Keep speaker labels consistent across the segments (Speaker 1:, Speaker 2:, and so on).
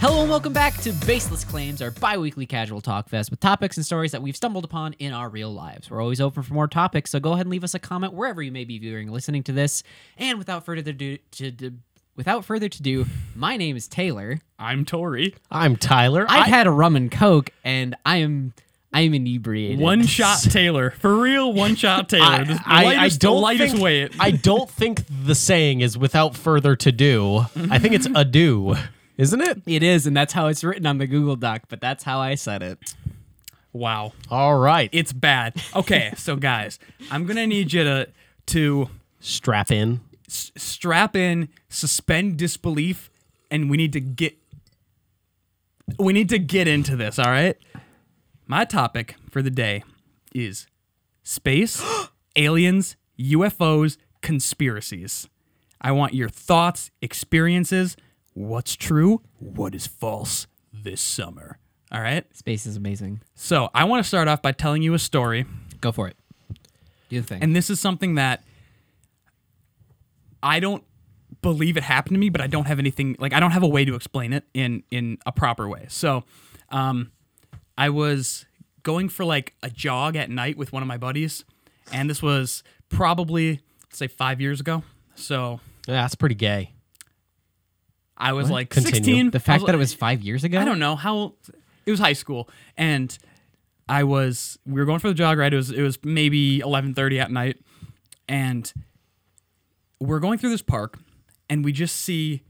Speaker 1: Hello and welcome back to Baseless Claims, our bi-weekly casual talk fest with topics and stories that we've stumbled upon in our real lives. We're always open for more topics, so go ahead and leave us a comment wherever you may be viewing or listening to this. And without further ado, to, to- without further to do, my name is Taylor.
Speaker 2: I'm Tori.
Speaker 3: I'm Tyler.
Speaker 1: I've had a rum and coke, and I am I am inebriated.
Speaker 2: One shot Taylor. For real, one shot Taylor.
Speaker 3: I,
Speaker 2: the
Speaker 3: I- I
Speaker 2: lightest, the
Speaker 3: don't
Speaker 2: lightest
Speaker 3: think,
Speaker 2: weight.
Speaker 3: I don't think the saying is without further to do. I think it's ado, isn't it?
Speaker 1: It is, and that's how it's written on the Google Doc. But that's how I said it.
Speaker 2: Wow.
Speaker 3: All right.
Speaker 2: It's bad. Okay, so guys, I'm going to need you to to
Speaker 3: Strap in.
Speaker 2: s- strap in, suspend disbelief, and we need to get we need to get into this, all right? My topic for the day is space, aliens, UFOs, conspiracies. I want your thoughts, experiences, what's true, what is false this summer. All right?
Speaker 1: Space is amazing.
Speaker 2: So, I want to start off by telling you a story
Speaker 1: Go for it. Do the thing.
Speaker 2: and this is something that I don't believe it happened to me, but I don't have anything like I don't have a way to explain it in in a proper way. So, um, I was going for like a jog at night with one of my buddies, and this was probably say five years ago. So
Speaker 3: Yeah, that's pretty gay.
Speaker 2: I was like
Speaker 3: Continue.
Speaker 2: sixteen.
Speaker 1: the
Speaker 2: I
Speaker 1: fact that it was five years ago.
Speaker 2: I don't know how it was high school and I was we were going for the jog ride. It was it was maybe eleven thirty at night, and we're going through this park, and we just see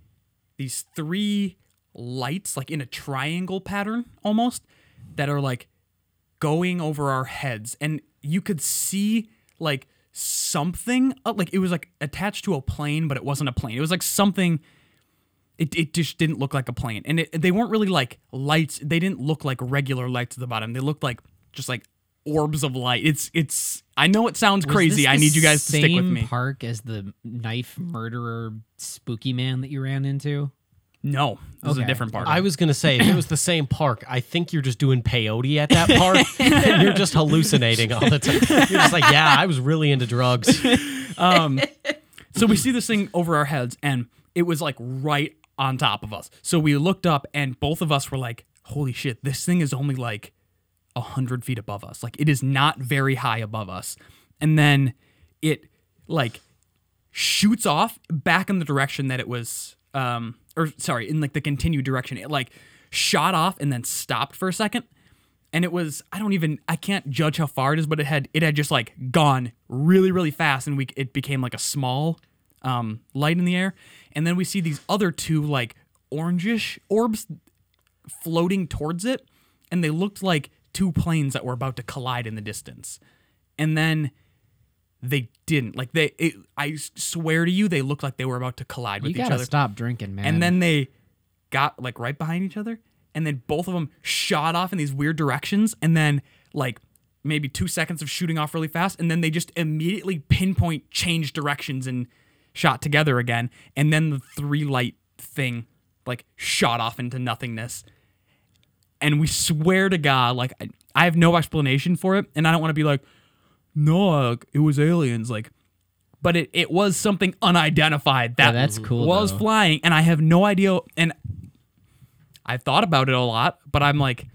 Speaker 2: these three lights like in a triangle pattern almost that are like going over our heads and you could see like something uh, like it was like attached to a plane but it wasn't a plane it was like something it, it just didn't look like a plane and it, they weren't really like lights they didn't look like regular lights at the bottom they looked like just like orbs of light it's it's i know it sounds
Speaker 1: Was
Speaker 2: crazy
Speaker 1: this
Speaker 2: i
Speaker 1: the
Speaker 2: need you guys to stick with
Speaker 1: same
Speaker 2: me
Speaker 1: Park as the knife murderer, spooky man that you ran into.
Speaker 2: no this is a
Speaker 1: Okay.
Speaker 2: different park
Speaker 3: I was gonna say if it was the same park, I think you're just doing peyote at that park, and you're just hallucinating all the time. You're just like, yeah, I was really into drugs.
Speaker 2: so we see this thing over our heads and it was like right on top of us so we looked up and both of us were like holy shit this thing is only like a 100 feet above us like it is not very high above us and then it like shoots off back in the direction that it was um or sorry in like the continued direction it like shot off and then stopped for a second and it was i don't even i can't judge how far it is but it had it had just like gone really really fast and we it became like a small um light in the air and then we see these other two like orangish orbs floating towards it and they looked like two planes that were about to collide in the distance and then they didn't like they it, i s- swear to you they looked like they were about to collide
Speaker 1: You
Speaker 2: with each
Speaker 1: gotta
Speaker 2: other
Speaker 1: stop drinking, man.
Speaker 2: and then they got like right behind each other and then both of them shot off in these weird directions and then like maybe two seconds of shooting off really fast and then they just immediately pinpoint changed directions and shot together again and then the three light thing like shot off into nothingness and we swear to god like I, I have no explanation for it and i don't want to be like no uh, it was aliens like but it, it was something unidentified that
Speaker 1: Oh, that's cool,
Speaker 2: was
Speaker 1: though.
Speaker 2: flying and i have no idea and i've thought about it a lot but i'm like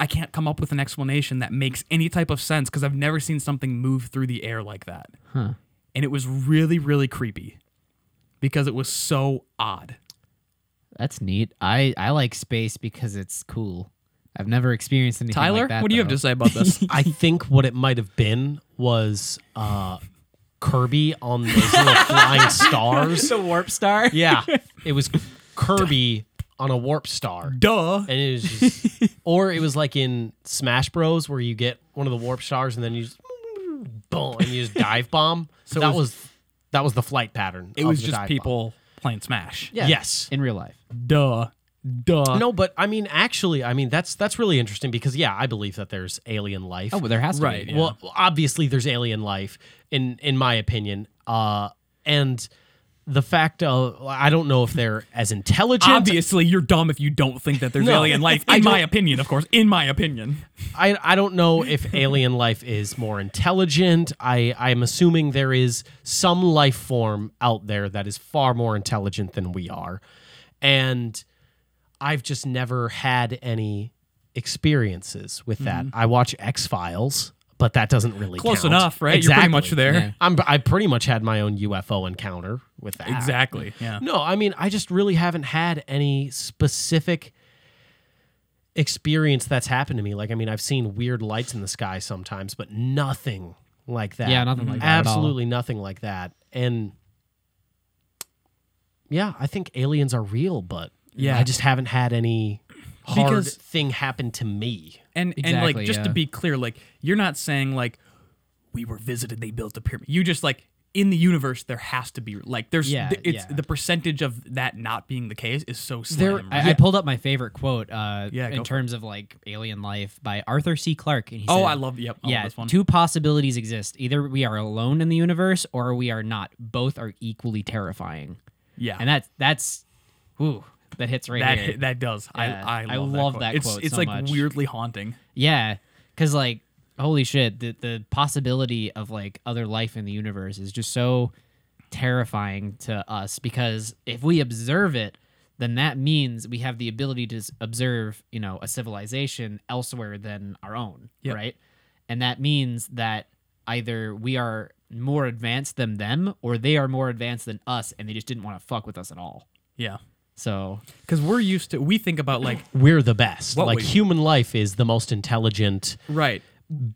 Speaker 2: i can't come up with an explanation that makes any type of sense because i've never seen something move through the air like that
Speaker 1: Huh.
Speaker 2: and it was really really creepy because it was so odd
Speaker 1: that's neat. I I like space because it's cool. I've never experienced anything
Speaker 2: tyler
Speaker 1: like that.
Speaker 2: what do you have
Speaker 1: though.
Speaker 2: to say about this
Speaker 3: I think what it might have been was uh, Kirby on those little flying stars.
Speaker 1: The warp star.
Speaker 3: Yeah, it was Kirby on a warp star.
Speaker 2: duh
Speaker 3: And it was just, or it was like in Smash Bros where you get one of the warp stars and then you just boom and you just dive bomb. So
Speaker 2: it
Speaker 3: that
Speaker 2: was-
Speaker 3: was, that was the flight pattern.
Speaker 2: it
Speaker 3: of
Speaker 2: was
Speaker 3: the
Speaker 2: just
Speaker 3: dive bomb.
Speaker 2: people playing smash
Speaker 1: Yeah.
Speaker 3: Yes.
Speaker 1: In real life.
Speaker 2: duh duh
Speaker 3: No, but I mean, actually, I mean that's that's really interesting because yeah, I believe that there's alien life.
Speaker 1: Oh, well, there has to
Speaker 2: Right,
Speaker 1: be.
Speaker 2: yeah.
Speaker 3: Well, obviously there's alien life in in my opinion. Uh and the fact of I don't know if they're as intelligent.
Speaker 2: Obviously, you're dumb if you don't think that there's
Speaker 3: No,
Speaker 2: alien life.
Speaker 3: I
Speaker 2: In my
Speaker 3: don't-
Speaker 2: opinion, of course. In my opinion.
Speaker 3: I, I don't know if alien life is more intelligent. I, I'm assuming there is some life form out there that is far more intelligent than we are. And I've just never had any experiences with that. I watch X Files, but that doesn't really
Speaker 2: Mm-hmm. Close
Speaker 3: count.
Speaker 2: enough, right? You're pretty much there.
Speaker 1: Yeah.
Speaker 3: I'm, I pretty much had my own UFO encounter with that.
Speaker 2: Exactly. Yeah.
Speaker 3: No, I mean, I just really haven't had any specific experience that's happened to me. Like, I mean, I've seen weird lights in the sky sometimes, but nothing like that.
Speaker 1: Yeah, nothing like that at all.
Speaker 3: Absolutely nothing like that. And yeah, I think aliens are real, but
Speaker 2: Yeah.
Speaker 3: I just haven't had any hard
Speaker 2: Because-
Speaker 3: thing happen to me.
Speaker 2: And and
Speaker 1: Exactly,
Speaker 2: like just to
Speaker 1: yeah.
Speaker 2: be clear, like you're not saying like we were visited, they built a pyramid. You just like in the universe there has to be like there's
Speaker 1: Yeah,
Speaker 2: th- it's
Speaker 1: yeah.
Speaker 2: the percentage of that not being the case is so slim.
Speaker 1: There,
Speaker 2: right?
Speaker 1: I, I pulled up my favorite quote uh,
Speaker 2: Yeah, go for
Speaker 1: in
Speaker 2: it.
Speaker 1: terms of like alien life by Arthur C. Clarke. And he
Speaker 2: oh,
Speaker 1: said,
Speaker 2: I love yep, I love
Speaker 1: yeah,
Speaker 2: this one.
Speaker 1: two possibilities exist: either we are alone in the universe, or we are not. Both are equally terrifying,
Speaker 2: yeah.
Speaker 1: and that's that's, whew, that hits right
Speaker 2: that
Speaker 1: here.
Speaker 2: that does.
Speaker 1: Yeah,
Speaker 2: I I love,
Speaker 1: I love that
Speaker 2: It's
Speaker 1: quote
Speaker 2: it's
Speaker 1: so
Speaker 2: like
Speaker 1: much.
Speaker 2: weirdly haunting.
Speaker 1: Yeah, because like, holy shit, the the possibility of like other life in the universe is just so terrifying to us. Because if we observe it, then that means we have the ability to s- observe, you know, a civilization elsewhere than our own,
Speaker 2: Yep.
Speaker 1: right? And that means that either we are more advanced than them, or they are more advanced than us, and they just didn't want to fuck with us at all.
Speaker 2: Yeah.
Speaker 1: So
Speaker 2: Cuz we're used to we think about like
Speaker 3: We're the best.
Speaker 2: What
Speaker 3: like,
Speaker 2: we-
Speaker 3: human life is the most intelligent
Speaker 2: right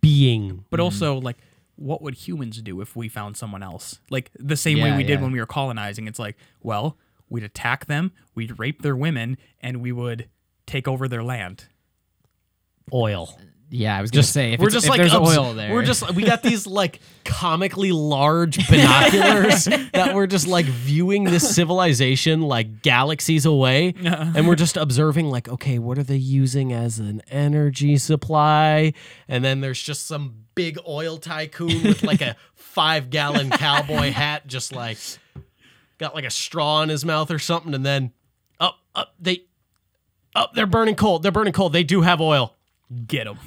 Speaker 3: being.
Speaker 2: but also like what would humans do if we found someone else like the same way
Speaker 1: Yeah,
Speaker 2: we did
Speaker 1: yeah.
Speaker 2: when we were colonizing it's like well we'd attack them we'd rape their women and we would take over their land
Speaker 3: Oil.
Speaker 1: yeah, I was gonna say if,
Speaker 3: we're just like
Speaker 1: there's
Speaker 3: obs-
Speaker 1: oil there,
Speaker 3: We're just we got these like comically large binoculars that we're just like viewing this civilization like galaxies away, and we're just observing like, okay, what are they using as an energy supply? And then there's just some big oil tycoon with like a five gallon cowboy hat, just like got like a straw in his mouth or something, and then up up they. Oh, they're burning coal. They're burning coal. They do have oil.
Speaker 2: get them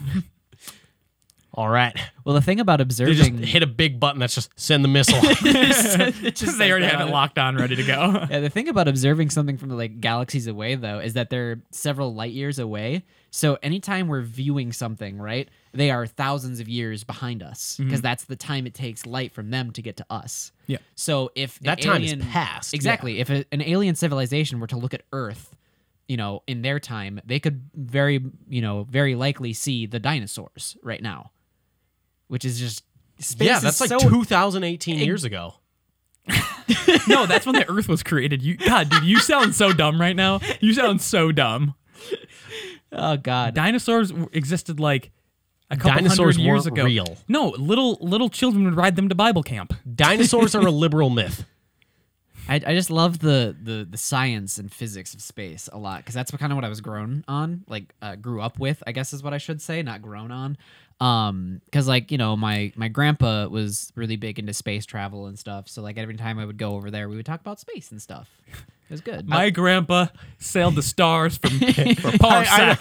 Speaker 3: All right.
Speaker 1: well, the thing about
Speaker 3: They just
Speaker 1: observing
Speaker 3: hit a big button that's just send the missile.
Speaker 2: they already have it locked on ready to go
Speaker 1: Yeah, the thing about observing something from like galaxies away though is that they're several light years away. So anytime we're viewing something, right, they are thousands of years behind us
Speaker 3: Mm-hmm.
Speaker 1: because that's the time it takes light from them to get to us.
Speaker 2: Yeah.
Speaker 1: So if an
Speaker 3: That time is
Speaker 1: alien-
Speaker 3: past,
Speaker 1: exactly, if a, an alien civilization were to look at Earth, you know, in their time, they could very, you know, very likely see the dinosaurs right now, which is just space
Speaker 3: yeah,
Speaker 1: is
Speaker 3: that's like
Speaker 1: so
Speaker 3: 2018 years ago.
Speaker 2: no that's when the earth was created you god dude you sound so dumb right now you sound so dumb
Speaker 1: oh god.
Speaker 2: dinosaurs w- existed like a couple
Speaker 3: Dinosaurs
Speaker 2: hundred years
Speaker 3: weren't
Speaker 2: ago
Speaker 3: real.
Speaker 2: no little little children would ride them to bible camp
Speaker 3: Dinosaurs are a liberal myth.
Speaker 1: I, I just love the, the the science and physics of space a lot because that's what kind of what I was grown on, like uh, grew up with, I guess is what I should say, not grown on. Um, because like you know, my my grandpa was really big into space travel and stuff. So like every time I would go over there, we would talk about space and stuff. It was good.
Speaker 2: My grandpa sailed the stars from, from parsecs.
Speaker 3: thought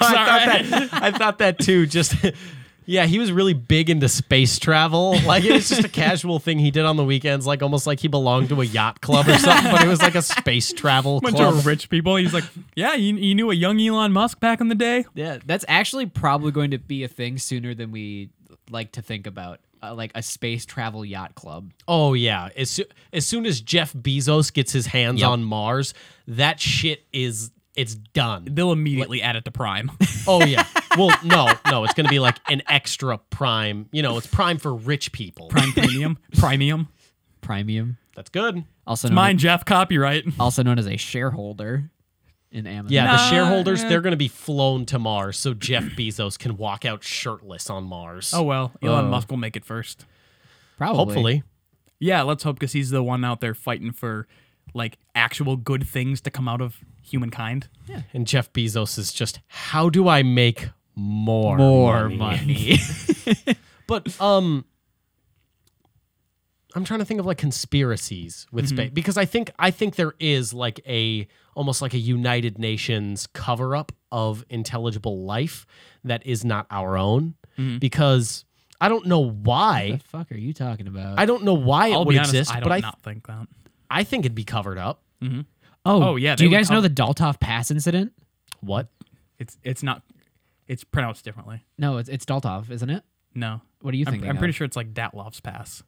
Speaker 3: that, I thought that too. Just yeah, he was really big into space travel. Like it was just a casual thing he did on the weekends, like almost like he belonged to a yacht club or something. but it was like a space travel
Speaker 2: bunch
Speaker 3: club.
Speaker 2: of rich people. He's like, yeah, you, you knew a young Elon Musk back in the day.
Speaker 1: yeah, that's actually probably going to be a thing sooner than we like to think about, uh, like a space travel yacht club.
Speaker 3: Oh yeah, as soo- as soon as Jeff Bezos gets his hands on Mars, that shit is it's done.
Speaker 2: They'll immediately add it to Prime.
Speaker 3: Oh yeah. Well, no, no, it's gonna be like an extra prime. You know, it's prime for rich people.
Speaker 2: Prime Premium. Premium.
Speaker 1: Premium,
Speaker 3: That's good.
Speaker 1: also known,
Speaker 2: Mine, Jeff. Copyright.
Speaker 1: also known as a shareholder in Amazon.
Speaker 3: Yeah,
Speaker 2: Nah,
Speaker 3: the shareholders
Speaker 2: yeah.
Speaker 3: they're gonna be flown to Mars, so Jeff Bezos can walk out shirtless on Mars.
Speaker 2: Oh well,
Speaker 3: Uh.
Speaker 2: Elon Musk will make it first.
Speaker 1: probably.
Speaker 3: hopefully.
Speaker 2: Yeah, let's hope because he's the one out there fighting for like actual good things to come out of humankind.
Speaker 3: And Jeff Bezos is just, how do I make more
Speaker 1: more money.
Speaker 3: But um, I'm trying to think of like conspiracies with
Speaker 2: Mm-hmm.
Speaker 3: space because I think I think there is like a almost like a United Nations cover up of intelligible life that is not our own
Speaker 2: Mm-hmm.
Speaker 3: because I don't know
Speaker 1: The
Speaker 3: why
Speaker 1: fuck are you talking about?
Speaker 3: I don't know why it
Speaker 2: I'll
Speaker 3: would
Speaker 2: be honest,
Speaker 3: exist,
Speaker 2: I don't
Speaker 3: but I
Speaker 2: not think that.
Speaker 3: I think it'd be covered up.
Speaker 2: Oh, yeah,
Speaker 1: Do
Speaker 2: they
Speaker 1: you
Speaker 2: would
Speaker 1: guys know
Speaker 2: cover-
Speaker 1: the Daltov Pass incident?
Speaker 3: What?
Speaker 2: It's it's not. It's pronounced differently.
Speaker 1: No, it's it's Daltov, isn't it?
Speaker 2: No,
Speaker 1: What do you
Speaker 2: I'm,
Speaker 1: think?
Speaker 2: I'm pretty sure it's like Datlov's pass.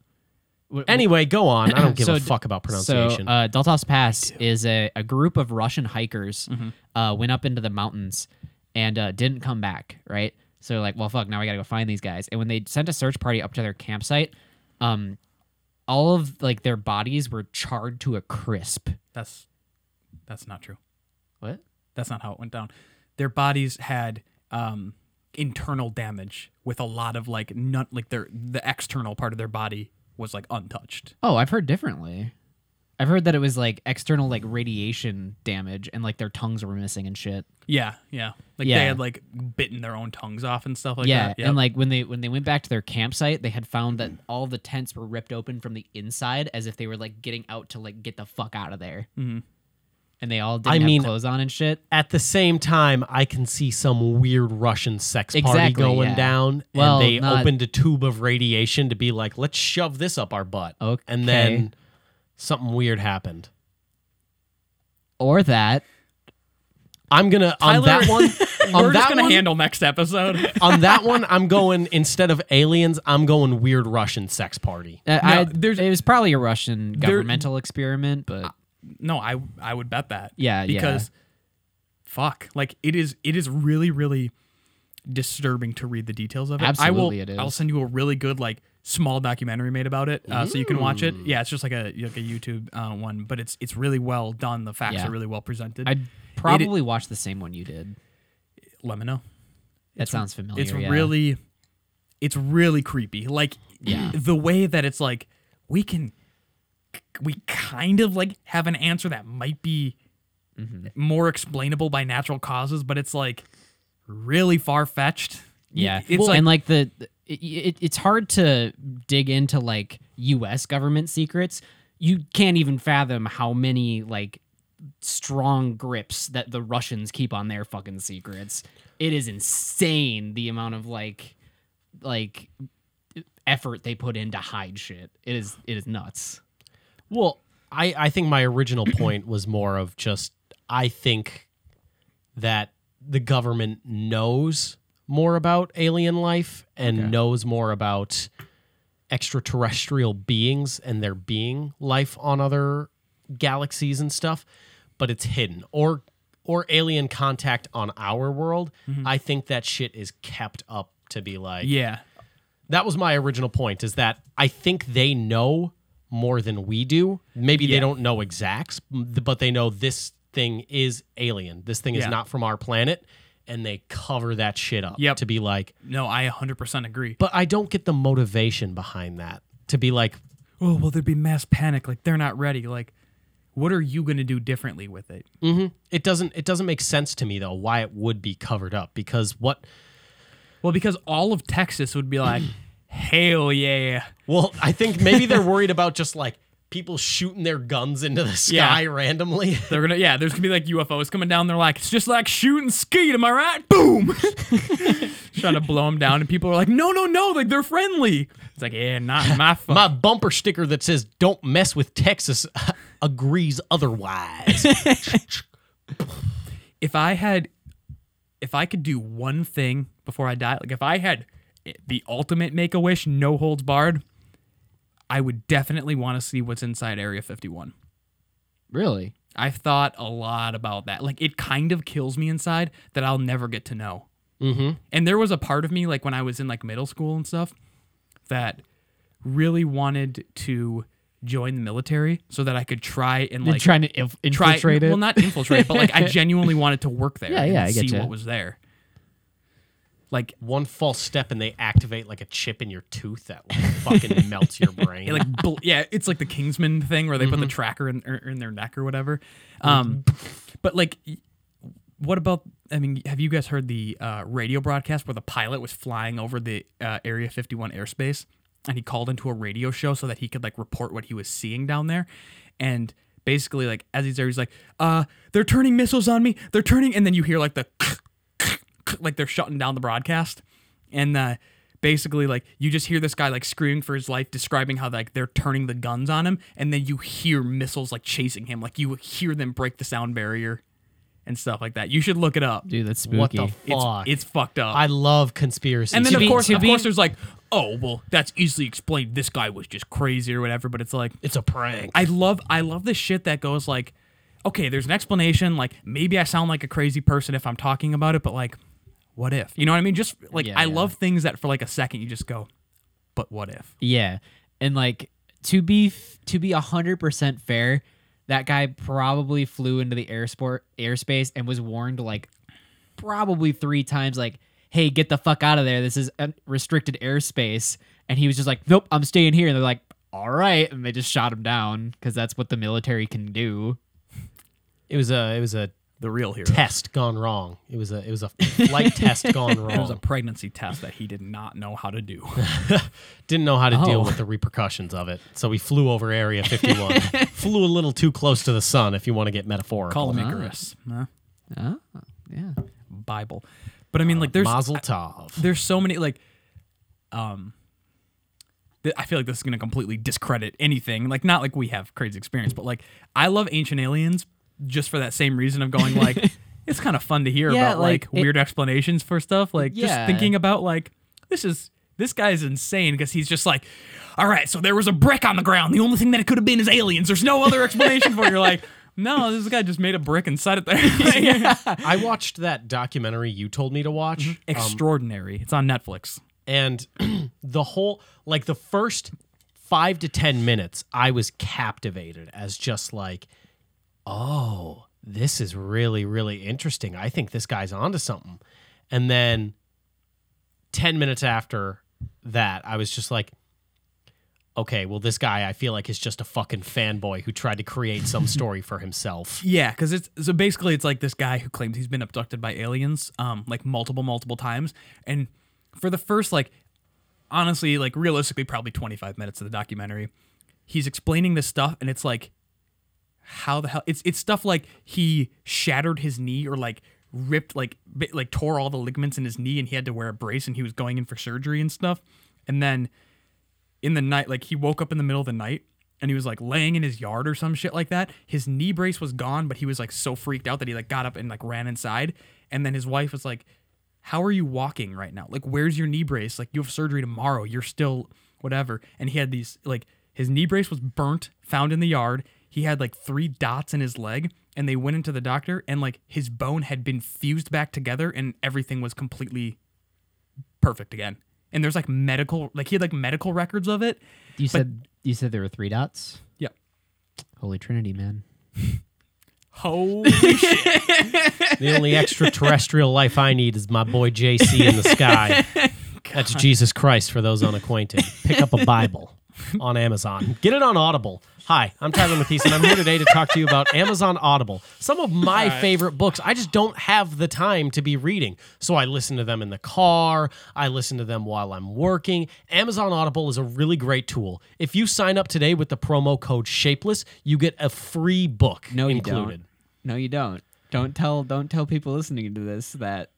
Speaker 1: sure.
Speaker 3: Anyway, go on. I don't give
Speaker 1: So
Speaker 3: a
Speaker 1: d-
Speaker 3: fuck about pronunciation.
Speaker 1: So, uh, Deltov's Pass is a, a group of Russian hikers uh, went up into the mountains and uh, didn't come back, right? So, they're like, well, fuck, now we gotta go find these guys. And when they sent a search party up to their campsite, um, all of like their bodies were charred to a crisp.
Speaker 2: That's that's not true.
Speaker 1: What?
Speaker 2: That's not how it went down. Their bodies had um, internal damage with a lot of like nut like their the external part of their body was like untouched.
Speaker 1: Oh, I've heard differently. I've heard that it was like external like radiation damage and like their tongues were missing and shit.
Speaker 2: Yeah, yeah. Like
Speaker 1: Yeah.
Speaker 2: they had like bitten their own tongues off and stuff like
Speaker 1: yeah,
Speaker 2: that.
Speaker 1: and like when they when they went back to their campsite, they had found that all the tents were ripped open from the inside, as if they were like getting out to like get the fuck out of there. Mm-hmm. And they all didn't
Speaker 3: I
Speaker 1: have
Speaker 3: mean-
Speaker 1: clothes on and shit.
Speaker 3: At the same time, I can see some weird Russian sex party
Speaker 1: Exactly,
Speaker 3: going
Speaker 1: yeah.
Speaker 3: down,
Speaker 1: Well,
Speaker 3: and they
Speaker 1: not-
Speaker 3: opened a tube of radiation to be like, "Let's shove this up our butt,"
Speaker 1: Okay.
Speaker 3: and then something weird happened.
Speaker 1: Or that
Speaker 3: I'm gonna on
Speaker 2: Tyler,
Speaker 3: that one.
Speaker 2: we're just
Speaker 3: on that
Speaker 2: gonna
Speaker 3: one,
Speaker 2: handle next episode.
Speaker 3: on that one, I'm going instead of aliens, I'm going weird Russian sex party.
Speaker 1: uh, I,
Speaker 2: there's-
Speaker 1: it was probably a Russian governmental experiment, but
Speaker 2: no, I I would bet that.
Speaker 1: Yeah, yeah.
Speaker 2: because fuck, like it is it is really really disturbing to read the details of it. I will
Speaker 1: Absolutely it is.
Speaker 2: I'll send you a really good like small documentary made about it uh, so you can watch it. Yeah, it's just like a like a YouTube uh, one, but it's it's really well done. The facts
Speaker 1: Yeah.
Speaker 2: are really well presented.
Speaker 1: I'd probably watch the same one you did.
Speaker 2: Let me know.
Speaker 1: That sounds familiar.
Speaker 2: it's
Speaker 1: yeah.
Speaker 2: really it's really creepy like the way that it's like we can we kind of like have an answer that might be
Speaker 1: Mm-hmm.
Speaker 2: more explainable by natural causes but it's like really far-fetched
Speaker 1: Yeah,
Speaker 2: it's
Speaker 1: Well,
Speaker 2: like
Speaker 1: and like the it, it, it's hard to dig into like U.S. government secrets. You can't even fathom how many like strong grips that the Russians keep on their fucking secrets. It is insane the amount of like like effort they put in to hide shit. It is it is nuts.
Speaker 3: Well, I, I think my original point was more of just I think that the government knows more about alien life and knows more about extraterrestrial beings and their being life on other galaxies and stuff, but it's hidden or or alien contact on our world. I think that shit is kept up to be like
Speaker 2: yeah
Speaker 3: that was my original point is that I think they know more than we do. Maybe they
Speaker 2: Yeah.
Speaker 3: don't know exacts, m- but they know this thing is alien. This thing is
Speaker 2: Yeah.
Speaker 3: not from our planet. And they cover that shit up
Speaker 2: Yep.
Speaker 3: to be like,
Speaker 2: no i 100% agree
Speaker 3: but I don't get the motivation behind that to be like,
Speaker 2: oh well there'd be mass panic like they're not ready like what are you going to do differently with it
Speaker 3: mm-hmm. it doesn't, it doesn't make sense to me though, why it would be covered up because what,
Speaker 2: well because all of texas would be like hell yeah
Speaker 3: well, I think maybe they're worried about just like people shooting their guns into the
Speaker 2: Yeah.
Speaker 3: sky randomly.
Speaker 2: They're gonna yeah, there's gonna be like UFOs coming down. They're like, it's just like shooting skeet, am I right? Boom! Trying to blow them down, and people are like, no, no, no, like they're friendly. It's like, yeah, not my fault.
Speaker 3: My bumper sticker that says "Don't mess with Texas" agrees otherwise.
Speaker 2: if I had, if I could do one thing before I die, like if I had eh, the ultimate make a wish, no holds barred, I would definitely want to see what's inside Area 51.
Speaker 1: Really?
Speaker 2: I've thought a lot about that. Like it kind of kills me inside that I'll never get to know. Mm-hmm. And there was a part of me, like when I was in like middle school and stuff, that really wanted to join the military so that I could try and like
Speaker 1: trying to inf-
Speaker 2: try
Speaker 1: infiltrate it.
Speaker 2: well not infiltrate, but like I genuinely wanted to work there.
Speaker 1: Yeah,
Speaker 2: and
Speaker 1: yeah, I
Speaker 2: see
Speaker 1: getcha.
Speaker 2: what was there. Like
Speaker 3: One false step and they activate like a chip in your tooth that like, fucking melts your brain.
Speaker 2: it, like bl- yeah, it's like the Kingsman thing where they
Speaker 1: Mm-hmm.
Speaker 2: put the tracker in, er, in their neck or whatever. Um, but like, y- what about? I mean, have you guys heard the uh, radio broadcast where the pilot was flying over the uh, Area 51 airspace and he called into a radio show so that he could like report what he was seeing down there. And basically, like as he's there, he's like, "Uh, they're turning missiles on me. They're turning," and then you hear like the like they're shutting down the broadcast, and uh, basically like you just hear this guy like screaming for his life, describing how like they're turning the guns on him, and then you hear missiles like chasing him, like you hear them break the sound barrier. And stuff like that. You should look it up.
Speaker 1: Dude, that's spooky.
Speaker 3: What the
Speaker 2: It's,
Speaker 3: fuck?
Speaker 2: it's fucked up.
Speaker 3: I love conspiracy.
Speaker 2: And then
Speaker 1: To be-
Speaker 2: of course,
Speaker 1: to
Speaker 2: of
Speaker 1: be-
Speaker 2: course, there's like, oh well, that's easily explained. This guy was just crazy or whatever. But it's like,
Speaker 3: it's a prank.
Speaker 2: I love, I love this shit that goes like, okay, there's an explanation. Like maybe I sound like a crazy person if I'm talking about it, but like, what if? You know what I mean? Just like
Speaker 1: Yeah,
Speaker 2: I
Speaker 1: yeah.
Speaker 2: love things that for like a second you just go, but what if?
Speaker 1: Yeah, and like to be f- to be hundred percent fair, that guy probably flew into the air sport airspace and was warned like probably three times, like, "Hey, get the fuck out of there! This is un- restricted airspace." And he was just like, "Nope, I'm staying here." And they're like, "All right," and they just shot him down because that's what the military can do.
Speaker 3: it was a it was a
Speaker 2: The real hero.
Speaker 3: test gone wrong. It was a it was a flight test gone
Speaker 2: It was a
Speaker 3: wrong.
Speaker 2: pregnancy test that he did not know how to do.
Speaker 3: Didn't know how to
Speaker 1: Oh.
Speaker 3: deal with the repercussions of it, so we flew over Area 51. flew a little too close to the sun, if you want to get metaphorical.
Speaker 2: Call him Icarus. Huh?
Speaker 1: Oh, yeah.
Speaker 2: Bible. But I mean, like, there's
Speaker 3: Mazel tov.
Speaker 2: there's so many like um th- I feel like this is going to completely discredit anything. Like not like we have crazy experience, but like I love ancient aliens just for that same reason of going like it's kind of fun to hear
Speaker 1: Yeah,
Speaker 2: about like,
Speaker 1: like, it-
Speaker 2: weird explanations for stuff, like just
Speaker 1: Yeah.
Speaker 2: thinking about like this is this guy's insane because he's just like all right, so there was a brick on the ground. The only thing that it could have been is aliens. There's no other explanation for it. You're like, no, this guy just made a brick and set it there. Like,
Speaker 3: I watched that documentary you told me to watch.
Speaker 2: Mm-hmm. Extraordinary. It's on Netflix.
Speaker 3: and the whole like the first five to ten minutes i was captivated as just like oh this is really really interesting i think this guy's onto something and then 10 minutes after that i was just like okay well this guy i feel like is just a fucking fanboy who tried to create some story for himself
Speaker 2: Yeah, because it's so basically it's like this guy who claims he's been abducted by aliens, um, like multiple, multiple times, and for the first like, honestly, like realistically, probably twenty five minutes of the documentary, he's explaining this stuff, and it's like, how the hell? It's it's stuff like he shattered his knee or like ripped like bit, like tore all the ligaments in his knee, and he had to wear a brace, and he was going in for surgery and stuff, and then in the night, like he woke up in the middle of the night and he was like laying in his yard or some shit like that. His knee brace was gone, but he was like so freaked out that he like got up and like ran inside. And then his wife was like, How are you walking right now? Like, where's your knee brace? Like, you have surgery tomorrow. You're still whatever. And he had these like his knee brace was burnt, found in the yard. He had like three dots in his leg, and they went into the doctor, and like his bone had been fused back together, and everything was completely perfect again. And there's like medical, like he had like medical records of it.
Speaker 1: You said you said there were three dots.
Speaker 2: Yep.
Speaker 1: Holy Trinity, man.
Speaker 2: Holy shit.
Speaker 3: the only extraterrestrial life i need is my boy jc in the sky That's Jesus Christ for those unacquainted. Pick up a Bible on Amazon. Get it on Audible. Hi, I'm Tyler Mathis, and I'm here today to talk to you about Amazon Audible. Some of my favorite books, I just don't have the time to be reading. So I listen to them in the car, I listen to them while I'm working. Amazon Audible is a really great tool. If you sign up today with the promo code SHAPELESS, you get a free book
Speaker 1: No, you
Speaker 3: included.
Speaker 1: don't. No, you don't. Don't tell. Don't tell people listening to this that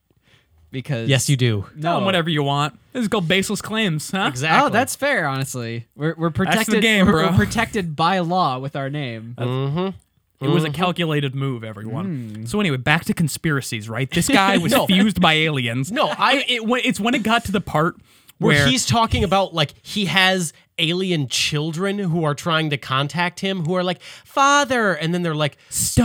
Speaker 1: because
Speaker 3: Yes, you do.
Speaker 2: Tell
Speaker 1: No,
Speaker 2: 'em whatever you want. This is called baseless claims, huh?
Speaker 3: Exactly.
Speaker 1: Oh, that's fair. Honestly, we're we're protected.
Speaker 2: game,
Speaker 1: we're,
Speaker 2: bro.
Speaker 1: we're protected by law with our name.
Speaker 2: It
Speaker 3: Mm-hmm.
Speaker 2: was a calculated move, everyone.
Speaker 3: Mm.
Speaker 2: So anyway, back to conspiracies, right? This guy was fused by aliens.
Speaker 3: No, I-
Speaker 2: It, it, it's when it got to the part
Speaker 3: where,
Speaker 2: where
Speaker 3: he's talking about like he has alien children who are trying to contact him who are like father and then they're like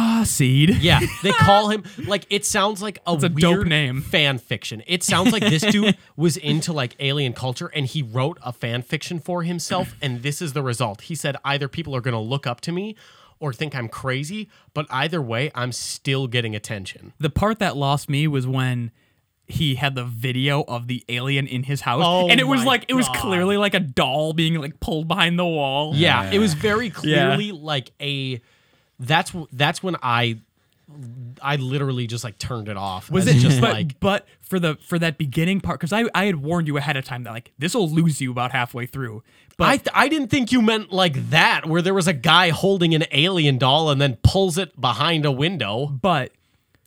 Speaker 2: Starseed.
Speaker 3: yeah they call him like it sounds like a,
Speaker 2: a
Speaker 3: weird
Speaker 2: dope name.
Speaker 3: fan fiction it sounds like this dude was into like alien culture and he wrote a fan fiction for himself and this is the result he said either people are going to look up to me or think I'm crazy but either way I'm still getting attention
Speaker 2: The part that lost me was when he had the video of the alien in his house,
Speaker 3: Oh
Speaker 2: and it was
Speaker 3: my
Speaker 2: like it was
Speaker 3: God.
Speaker 2: clearly like a doll being like pulled behind the wall.
Speaker 3: Yeah, it was very clearly like a. That's w- that's when I I literally just like turned it off.
Speaker 2: Was
Speaker 3: as
Speaker 2: it
Speaker 3: just
Speaker 2: just but,
Speaker 3: like
Speaker 2: but for the for that beginning part because I I had warned you ahead of time that like this will lose you about halfway through. But
Speaker 3: I, th- I didn't think you meant like that, where there was a guy holding an alien doll and then pulls it behind a window.
Speaker 2: But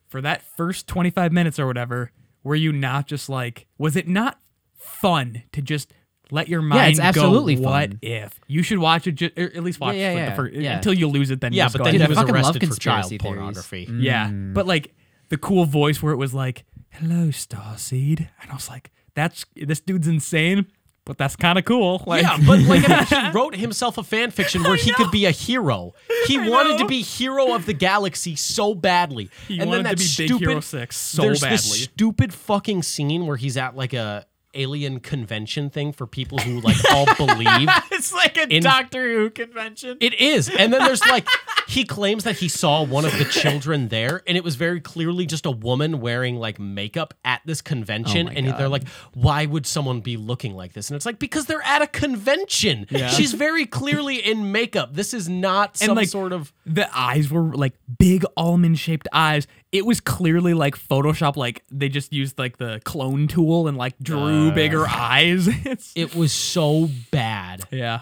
Speaker 2: for that first 25 minutes or whatever, were you not just like, was it not fun to just let your mind
Speaker 1: it's absolutely
Speaker 2: go, what
Speaker 1: fun.
Speaker 2: if? You should watch it, ju- or at least watch
Speaker 1: Yeah, yeah,
Speaker 2: like,
Speaker 1: yeah,
Speaker 2: The first,
Speaker 1: yeah.
Speaker 2: until you lose it, then you
Speaker 3: Yeah,
Speaker 2: just
Speaker 3: but
Speaker 2: go,
Speaker 3: then Mm.
Speaker 1: Dude,
Speaker 3: he
Speaker 1: I
Speaker 3: was
Speaker 1: fucking love
Speaker 3: arrested for child
Speaker 1: conspiracy theories.
Speaker 3: pornography.
Speaker 2: yeah. But like the cool voice where it was like, hello, Starseed. And I was like, that's, this dude's insane, but that's kind of cool. Like,
Speaker 3: yeah, but like I mean, he wrote himself a fan fiction where he could be a hero. He wanted to
Speaker 2: know.
Speaker 3: be hero of the galaxy so badly.
Speaker 2: He
Speaker 3: and then
Speaker 2: wanted to
Speaker 3: that
Speaker 2: be Big
Speaker 3: stupid,
Speaker 2: Hero 6 so
Speaker 3: there's this
Speaker 2: badly.
Speaker 3: stupid fucking scene where he's at like a alien convention thing for people who like all believe.
Speaker 1: It's like a
Speaker 3: In-
Speaker 1: Doctor Who convention.
Speaker 3: It is. And then there's like he claims that he saw one of the children there and it was very clearly just a woman wearing like makeup at this convention
Speaker 1: Oh my
Speaker 3: and
Speaker 1: God.
Speaker 3: they're like why would someone be looking like this? And it's like because they're at a convention. She's very clearly in makeup. This is not some
Speaker 2: like,
Speaker 3: sort of
Speaker 2: the eyes were like big almond shaped eyes. It was clearly like Photoshop, like they just used like the clone tool and like drew bigger eyes. It's
Speaker 3: it was so bad.
Speaker 2: yeah,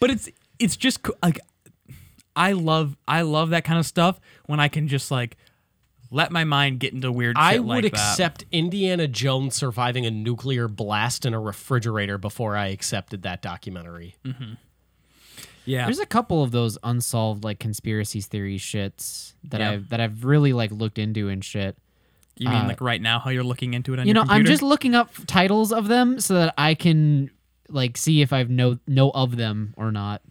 Speaker 2: but it's it's just co- like I love I love that kind of stuff when I can just like let my mind get into weird.
Speaker 3: I
Speaker 2: shit
Speaker 3: would
Speaker 2: like that.
Speaker 3: accept Indiana Jones surviving a nuclear blast in a refrigerator before I accepted that documentary.
Speaker 2: Hmm. Yeah,
Speaker 1: There's a couple of those unsolved like conspiracy theory shits that
Speaker 2: Yeah.
Speaker 1: I've that I've really like looked into and shit.
Speaker 2: you mean
Speaker 1: uh,
Speaker 2: like right now how you're looking into it on
Speaker 1: You
Speaker 2: your
Speaker 1: know, I'm
Speaker 2: computer?
Speaker 1: just looking up titles of them so that I can like see if I've know know of them or not.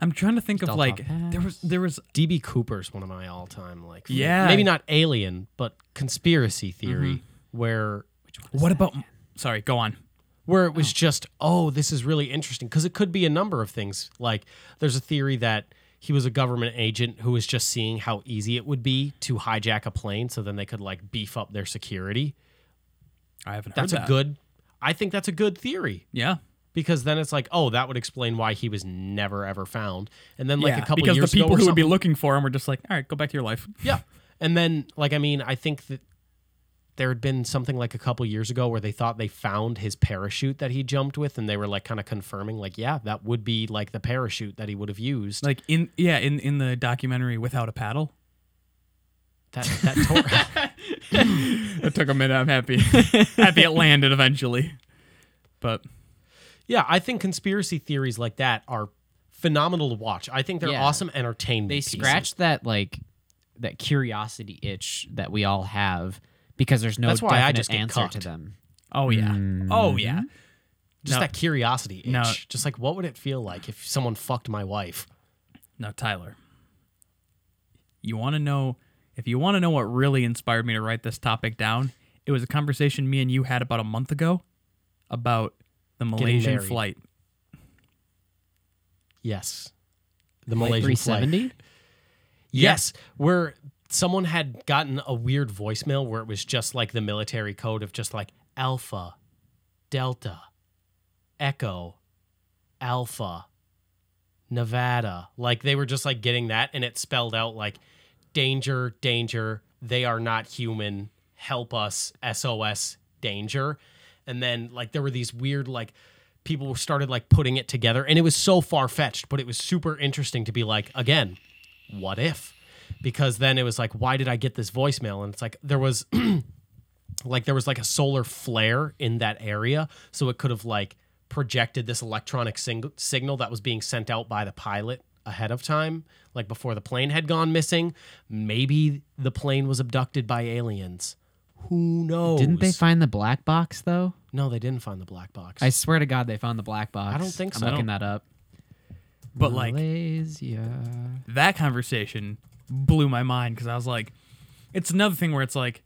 Speaker 2: I'm trying to think of
Speaker 1: Stealth
Speaker 2: like
Speaker 1: Ops.
Speaker 2: there was there was
Speaker 3: DB Cooper's one of my all time like favorite-
Speaker 2: Yeah.
Speaker 3: maybe not alien but conspiracy theory
Speaker 2: Mm-hmm.
Speaker 3: where
Speaker 2: what about sorry go on
Speaker 3: where it was just oh this is really interesting because it could be a number of things like there's a theory that he was a government agent who was just seeing how easy it would be to hijack a plane so then they could like beef up their security
Speaker 2: I haven't heard
Speaker 3: that's
Speaker 2: that.
Speaker 3: a good I think that's a good theory
Speaker 2: yeah
Speaker 3: because then it's like oh that would explain why he was never ever found and then like
Speaker 2: Yeah,
Speaker 3: a couple
Speaker 2: because
Speaker 3: years
Speaker 2: the people
Speaker 3: ago or
Speaker 2: who would be
Speaker 3: something-
Speaker 2: looking for him were just like, all right, go back to your life.
Speaker 3: Yeah. And then, like, I mean, I think that there had been something like a couple years ago where they thought they found his parachute that he jumped with, and they were like kind of confirming, like, yeah, that would be like the parachute that he would have used.
Speaker 2: Like in yeah, in in the documentary without a paddle.
Speaker 3: That that tor-
Speaker 2: It took a minute. I'm happy, happy it landed eventually. But
Speaker 3: yeah, I think conspiracy theories like that are phenomenal to watch. I think they're
Speaker 1: Yeah.
Speaker 3: awesome entertainment.
Speaker 1: They
Speaker 3: pieces.
Speaker 1: scratch that like that curiosity itch that we all have because there's no
Speaker 3: That's why I
Speaker 1: definite
Speaker 3: just get
Speaker 1: answer to
Speaker 3: cucked.
Speaker 1: them.
Speaker 2: oh yeah,
Speaker 3: Mm-hmm.
Speaker 2: oh yeah,
Speaker 3: just
Speaker 2: No.
Speaker 3: that curiosity itch.
Speaker 2: No.
Speaker 3: Just like, what would it feel like if someone fucked my wife?
Speaker 2: no Tyler. You want to know if you want to know what really inspired me to write this topic down? It was a conversation me and you had about a month ago about the Malaysian
Speaker 3: married.
Speaker 2: flight.
Speaker 3: Yes, the Malaysian flight.
Speaker 1: 370.
Speaker 3: Yes, where someone had gotten a weird voicemail where it was just like the military code of just like Alpha, Delta, Echo, Alpha, Nevada. Like they were just like getting that and it spelled out like danger, danger, they are not human, help us, SOS, danger. And then like there were these weird like people started like putting it together and it was so far fetched, but it was super interesting to be like again, what if? Because then it was like, why did I get this voicemail? And it's like there was like there was like a solar flare in that area, so it could have like projected this electronic sing- signal that was being sent out by the pilot ahead of time, like before the plane had gone missing. Maybe the plane was abducted by aliens. Who knows?
Speaker 1: Didn't they find the black box though?
Speaker 3: No, they didn't find the black box.
Speaker 1: I swear to God, they found the black box.
Speaker 3: I don't think so.
Speaker 1: I'm looking that up.
Speaker 2: But like
Speaker 1: Malaysia.
Speaker 2: that conversation blew my mind because I was like, it's another thing where it's like,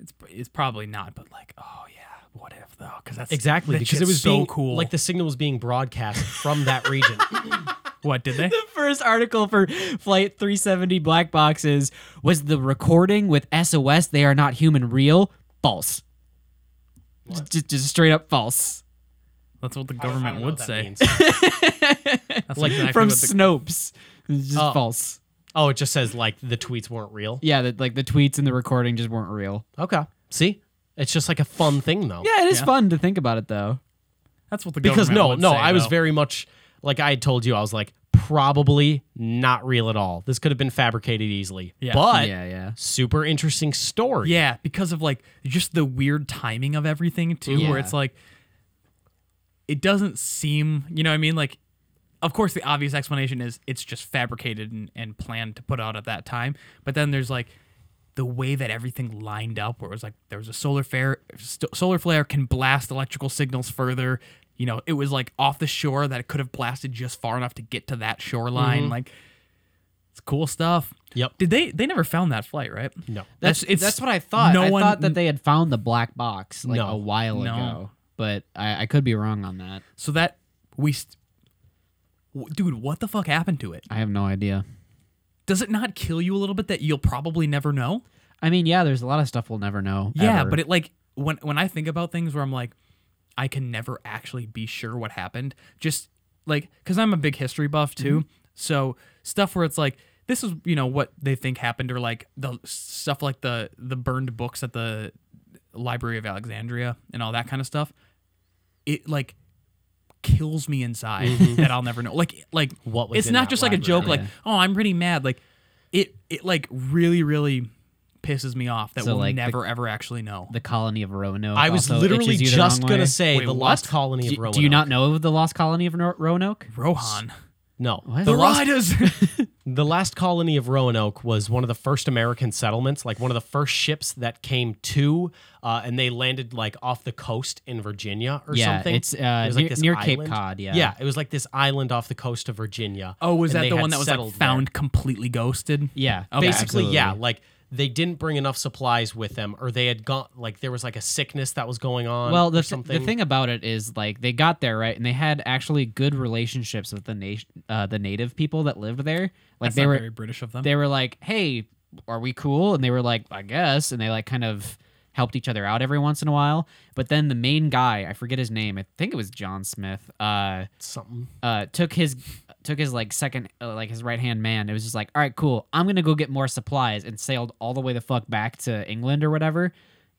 Speaker 2: it's it's probably not, but like, oh yeah, what if though? Because that's
Speaker 3: exactly
Speaker 2: that
Speaker 3: because it
Speaker 2: shit's
Speaker 3: was
Speaker 2: so
Speaker 3: being,
Speaker 2: cool.
Speaker 3: Like the signal was being broadcast from that region.
Speaker 2: what did they?
Speaker 1: first article for Flight 370 Black Boxes was the recording with SOS. They are not human. Real false. Just, just straight up false
Speaker 2: That's what the
Speaker 3: I don't
Speaker 2: government
Speaker 3: know
Speaker 2: would
Speaker 3: what that
Speaker 2: say.
Speaker 3: means.
Speaker 2: That's like exactly
Speaker 1: from
Speaker 2: what the,
Speaker 1: Snopes. It's just
Speaker 3: Oh.
Speaker 1: false.
Speaker 3: Oh, it just says like the tweets weren't real.
Speaker 1: Yeah, that like the tweets and the recording just weren't real.
Speaker 3: Okay. See? It's just like a fun thing though.
Speaker 1: Yeah, it is
Speaker 2: Yeah.
Speaker 1: fun to think about it though.
Speaker 2: That's what the
Speaker 3: Because no,
Speaker 2: government would
Speaker 3: no,
Speaker 2: say,
Speaker 3: I was
Speaker 2: though.
Speaker 3: very much like I had told you, I was like, probably not real at all. This could have been fabricated easily.
Speaker 2: Yeah.
Speaker 3: But
Speaker 1: yeah, yeah.
Speaker 3: super interesting story.
Speaker 2: yeah because of like just the weird timing of everything too, where
Speaker 1: Yeah.
Speaker 2: it's like it doesn't seem you know what I mean like. Of course, the obvious explanation is it's just fabricated and, and planned to put out at that time. But then there's like the way that everything lined up, where it was like there was a solar flare, st- solar flare can blast electrical signals further. You know, it was like off the shore that it could have blasted just far enough to get to that shoreline. Like, it's cool stuff.
Speaker 3: Yep.
Speaker 2: Did they? They never found that flight, right?
Speaker 3: No.
Speaker 1: That's
Speaker 2: it's-
Speaker 1: that's what I thought.
Speaker 2: no
Speaker 1: I
Speaker 2: one-
Speaker 1: thought that they had found the black box like
Speaker 3: No.
Speaker 1: a while
Speaker 2: No.
Speaker 1: ago, but I, I could be wrong on that.
Speaker 2: So that we, st- w- dude, what the fuck happened to it?
Speaker 1: I have no idea.
Speaker 2: Does it not kill you a little bit that you'll probably never know?
Speaker 1: I mean, yeah, there's a lot of stuff we'll never know.
Speaker 2: Yeah,
Speaker 1: ever.
Speaker 2: but it like when when I think about things where I'm like, I can never actually be sure what happened. Just like because I'm a big history buff too,
Speaker 1: Mm-hmm.
Speaker 2: so stuff where it's like this is you know what they think happened or like the stuff like the the burned books at the Library of Alexandria and all that kind of stuff. It like kills me inside
Speaker 1: Mm-hmm.
Speaker 2: that I'll never know. Like like
Speaker 3: What was
Speaker 2: it's
Speaker 3: in
Speaker 2: not
Speaker 3: that
Speaker 2: just like a
Speaker 3: library?
Speaker 2: joke. Like
Speaker 1: Yeah.
Speaker 2: oh I'm pretty mad. Like it it like really really pisses me off that
Speaker 1: So,
Speaker 2: we'll
Speaker 1: like, the-
Speaker 2: never ever actually know.
Speaker 1: the colony of Roanoke.
Speaker 3: I was
Speaker 1: also
Speaker 3: literally
Speaker 1: itches you the
Speaker 3: just
Speaker 1: wrong
Speaker 3: gonna
Speaker 1: way.
Speaker 3: say
Speaker 2: Wait,
Speaker 3: the lost
Speaker 2: what?
Speaker 3: colony of
Speaker 1: Do,
Speaker 3: Roanoke.
Speaker 1: do you not know of the lost colony of Ro- Roanoke?
Speaker 2: Rohan.
Speaker 3: No.
Speaker 1: What?
Speaker 3: The
Speaker 1: The
Speaker 3: lost
Speaker 2: riders.
Speaker 3: The last colony of Roanoke was one of the first American settlements, like one of the first ships that came to, uh, and they landed like off the coast in Virginia or
Speaker 1: Yeah,
Speaker 3: something.
Speaker 1: it's, uh,
Speaker 3: It
Speaker 1: near- near Cape Cod, yeah.
Speaker 3: yeah, it was like this island off the coast of Virginia.
Speaker 2: oh, was
Speaker 3: and
Speaker 2: that
Speaker 3: they
Speaker 2: the
Speaker 3: had
Speaker 2: one that was like
Speaker 3: settled
Speaker 2: found completely ghosted?
Speaker 1: Yeah,
Speaker 2: Okay.
Speaker 3: there. Basically, yeah,
Speaker 1: absolutely.
Speaker 3: like they didn't bring enough supplies with them, or they had gone like there was like a sickness that was going on.
Speaker 1: Well, the,
Speaker 3: or
Speaker 1: th-
Speaker 3: something.
Speaker 1: the thing about it is like they got there right, and they had actually good relationships with the nation, uh, the native people that lived there. Like
Speaker 2: That's
Speaker 1: they
Speaker 2: not
Speaker 1: were
Speaker 2: very British of them.
Speaker 1: they were like, "Hey, are we cool?" And they were like, "I guess." And they like kind of helped each other out every once in a while. But then the main guy, I forget his name, I think it was John Smith, uh,
Speaker 3: something.
Speaker 1: uh, took his took his like second uh, like his right hand man. It was just like, "All right, cool. I'm gonna go get more supplies," and sailed all the way the fuck back to England or whatever,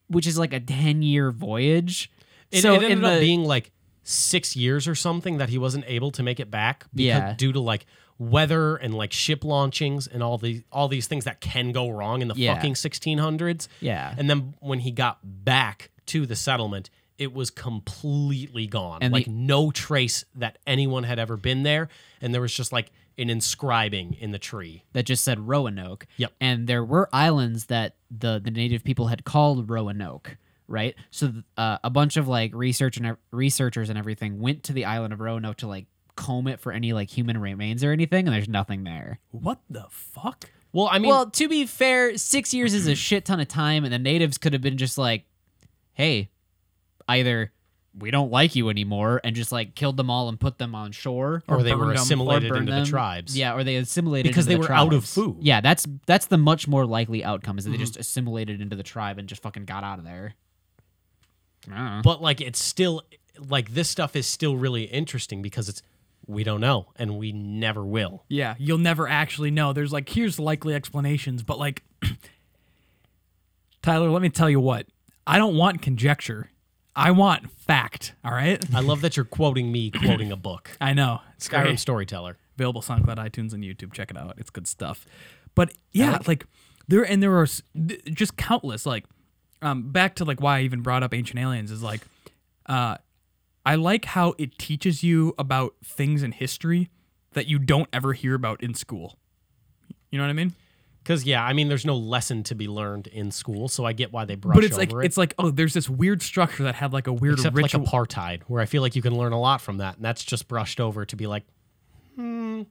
Speaker 1: which is like a ten year voyage.
Speaker 3: It, it ended up being like six years or something that he wasn't able to make it back because,
Speaker 1: Yeah.
Speaker 3: due to like weather and like ship launchings and all the all these things that can go wrong in the
Speaker 1: Yeah.
Speaker 3: fucking 1600s.
Speaker 1: Yeah.
Speaker 3: And then when he got back to the settlement, it was completely gone.
Speaker 1: And
Speaker 3: like
Speaker 1: the-
Speaker 3: no trace that anyone had ever been there and there was just like an inscribing in the tree.
Speaker 1: that just said Roanoke.
Speaker 3: Yep.
Speaker 1: And there were islands that the the native people had called Roanoke, right? So th- uh, a bunch of like research and ev- researchers and everything went to the island of Roanoke to like comb it for any like human remains or anything, and there's nothing there.
Speaker 2: what the fuck?
Speaker 3: Well, I mean
Speaker 1: well, to be fair, six years is a shit ton of time, and the natives could have been just like, "Hey, either." We don't like you anymore, and just like killed them all and put them on shore,
Speaker 3: or, they were
Speaker 2: burned 'em or
Speaker 1: or
Speaker 3: assimilated
Speaker 1: burn
Speaker 3: into
Speaker 1: them.
Speaker 3: the tribes.
Speaker 1: Yeah, or they assimilated
Speaker 3: Because
Speaker 1: into
Speaker 3: they
Speaker 1: the
Speaker 3: were out of
Speaker 1: tribes.
Speaker 3: food. Mm-hmm.
Speaker 1: Yeah, that's that's the much more likely outcome is that they just assimilated into the tribe and just fucking got out of there. I don't know.
Speaker 3: but like it's still like this stuff is still really interesting because it's we don't know and we never will
Speaker 2: Yeah, you'll never actually know. There's like here's likely explanations, but like Tyler, let me tell you what. I don't want conjecture. I want fact. All right.
Speaker 3: i love that you're quoting me quoting a book
Speaker 2: I know. It's
Speaker 3: skyrim
Speaker 2: great.
Speaker 3: storyteller
Speaker 2: available SoundCloud, iTunes, and YouTube. Check it out; it's good stuff. But yeah, like, there and there are s- th- just countless like um, back to like why I even brought up Ancient Aliens is like uh, I like how it teaches you about things in history that you don't ever hear about in school. You know what I mean?
Speaker 3: because yeah i mean there's no lesson to be learned in school so i get why they brush
Speaker 2: But it's like
Speaker 3: over it
Speaker 2: it's like oh, there's this weird structure that had like a weird
Speaker 3: except
Speaker 2: ritual.
Speaker 3: like apartheid where i feel like you can learn a lot from that and that's just brushed over to be like hmm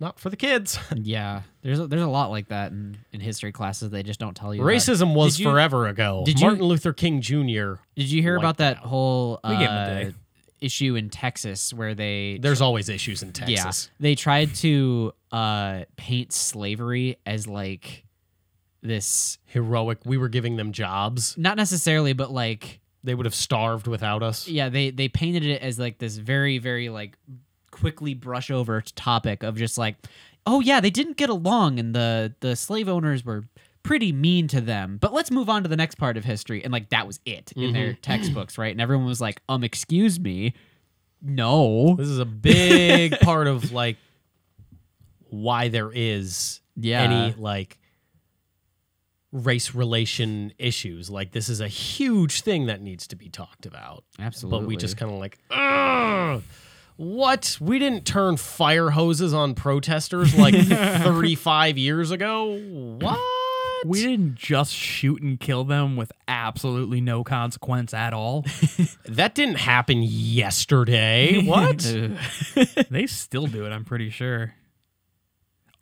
Speaker 3: not for the kids
Speaker 1: yeah, there's a, there's a lot like that in, in history classes. They just don't tell you. about.
Speaker 3: racism was
Speaker 1: Did you-
Speaker 3: forever ago
Speaker 1: did you-
Speaker 3: martin luther king jr
Speaker 1: Did you hear
Speaker 3: wiped
Speaker 1: about that whole
Speaker 2: We gave 'em a
Speaker 1: uh,
Speaker 2: day.
Speaker 1: issue in Texas where they
Speaker 3: there's always issues in texas
Speaker 1: Yeah, they tried to uh, paint slavery as like this,
Speaker 3: heroic we were giving them jobs
Speaker 1: not necessarily, but like
Speaker 3: they would have starved without us
Speaker 1: yeah they they painted it as like this very very like quickly brush over topic of just like oh yeah, they didn't get along, and the the slave owners were pretty mean to them. But let's move on to the next part of history, and like that was it in their
Speaker 3: Mm-hmm.
Speaker 1: textbooks, right? And everyone was like, um, excuse me, no,
Speaker 3: This is a big part of like why there is
Speaker 1: Yeah.
Speaker 3: any like race relation issues. Like this is a huge thing that needs to be talked about. But we
Speaker 1: Absolutely.
Speaker 3: just kind of like "Ugh, what? We didn't turn fire hoses on protesters like 35 years ago. What?
Speaker 2: We didn't just shoot and kill them with absolutely no consequence at all.
Speaker 3: that didn't happen yesterday. What?
Speaker 1: Ugh.
Speaker 2: they still do it, I'm pretty sure.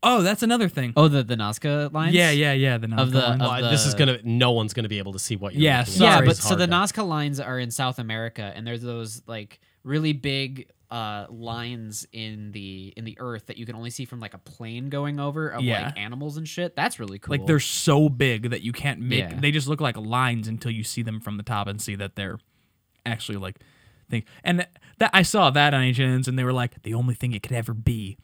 Speaker 2: Oh, that's another thing.
Speaker 1: oh the the Nazca lines.
Speaker 2: yeah, yeah, yeah. The
Speaker 1: Of the-
Speaker 2: non-violence.
Speaker 1: of
Speaker 3: Why- this is
Speaker 1: the-
Speaker 3: gonna. No one's gonna be able to see what you're.
Speaker 2: Yeah,
Speaker 3: looking at.
Speaker 2: sorry.
Speaker 1: yeah, but
Speaker 3: It's
Speaker 1: so the
Speaker 3: hard to-
Speaker 1: Nazca lines are in South America, and there's those like really big uh lines in the in the earth that you can only see from like a plane going over of
Speaker 2: Yeah.
Speaker 1: like animals and shit. That's really cool.
Speaker 2: like they're so big that you can't make.
Speaker 1: Yeah.
Speaker 2: They just look like lines until you see them from the top and see that they're actually like thing. And that I saw that on HNs, and they were like, the only thing it could ever be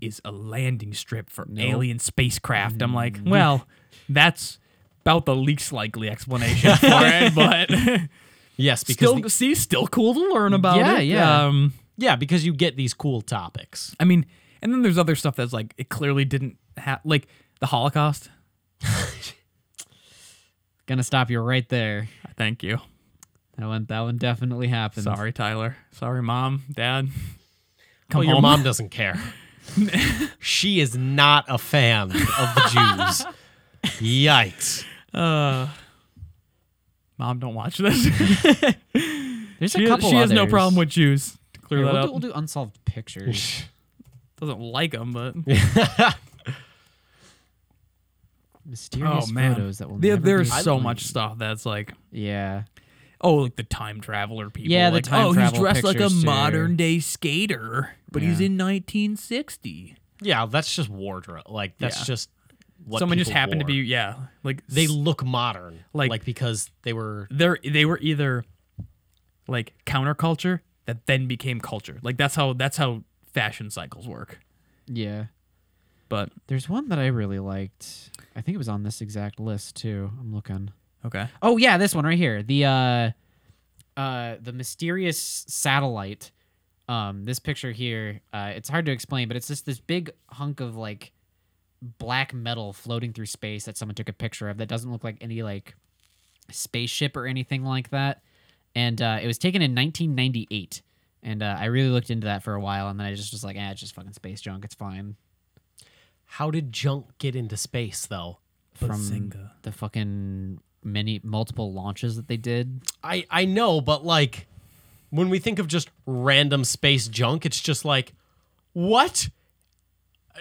Speaker 2: is a landing strip for alien spacecraft. I'm like,
Speaker 1: Mm-hmm.
Speaker 2: well, that's about the least likely explanation for it, but.
Speaker 3: Yes, because
Speaker 2: Still,
Speaker 3: the-
Speaker 2: see, still cool to learn about
Speaker 1: Yeah,
Speaker 2: it.
Speaker 1: yeah.
Speaker 2: Um,
Speaker 3: yeah, because you get these cool topics.
Speaker 2: I mean, and then there's other stuff that's like it clearly didn't have like the Holocaust.
Speaker 1: gonna stop you right there.
Speaker 2: Thank you.
Speaker 1: That one that one definitely happened.
Speaker 2: Sorry, Tyler. Sorry, mom, dad. Come
Speaker 3: Come your
Speaker 2: home.
Speaker 3: mom doesn't care. she is not a fan of the Jews. Yikes.
Speaker 2: Uh, mom, don't watch this.
Speaker 1: There's
Speaker 2: she
Speaker 1: a couple
Speaker 2: she has no
Speaker 1: others.
Speaker 2: problem with Jews. To clear
Speaker 1: Here,
Speaker 2: that
Speaker 1: we'll,
Speaker 2: up.
Speaker 1: do, we'll do unsolved pictures.
Speaker 2: Doesn't like them, but oh,
Speaker 1: Mysterious photos that will
Speaker 2: There-
Speaker 1: never
Speaker 2: there's
Speaker 1: be
Speaker 2: so
Speaker 1: explained.
Speaker 2: much stuff that's like
Speaker 1: Yeah.
Speaker 2: oh, like the time traveler people.
Speaker 1: Yeah, the
Speaker 2: like,
Speaker 1: time
Speaker 2: oh,
Speaker 1: travel
Speaker 2: he's dressed like a
Speaker 1: pictures, too.
Speaker 2: modern day skater, but he's
Speaker 1: Yeah.
Speaker 2: in 1960.
Speaker 3: Yeah, that's just wardrobe. Like that's
Speaker 2: Yeah.
Speaker 3: just what
Speaker 2: Someone just
Speaker 3: people
Speaker 2: happened to
Speaker 3: wore.
Speaker 2: be yeah, like
Speaker 3: They look modern,
Speaker 2: Like-
Speaker 3: like, because they were.
Speaker 2: they're they were either like counterculture that then became culture. Like that's how that's how fashion cycles work.
Speaker 1: Yeah.
Speaker 2: But
Speaker 1: There's one that I really liked. I think it was on this exact list too. I'm looking.
Speaker 2: okay.
Speaker 1: Oh yeah, this one right here. The uh uh the mysterious satellite. Um this picture here, uh it's hard to explain, but it's just this big hunk of like black metal floating through space that someone took a picture of that doesn't look like any like spaceship or anything like that. And uh it was taken in 1998. And uh, I really looked into that for a while, and then I just was like, "Ah, it's just fucking space junk. It's fine."
Speaker 3: How did junk get into space though?
Speaker 1: From the fucking many multiple launches that they did.
Speaker 3: I I know, but like when we think of just random space junk, it's just like what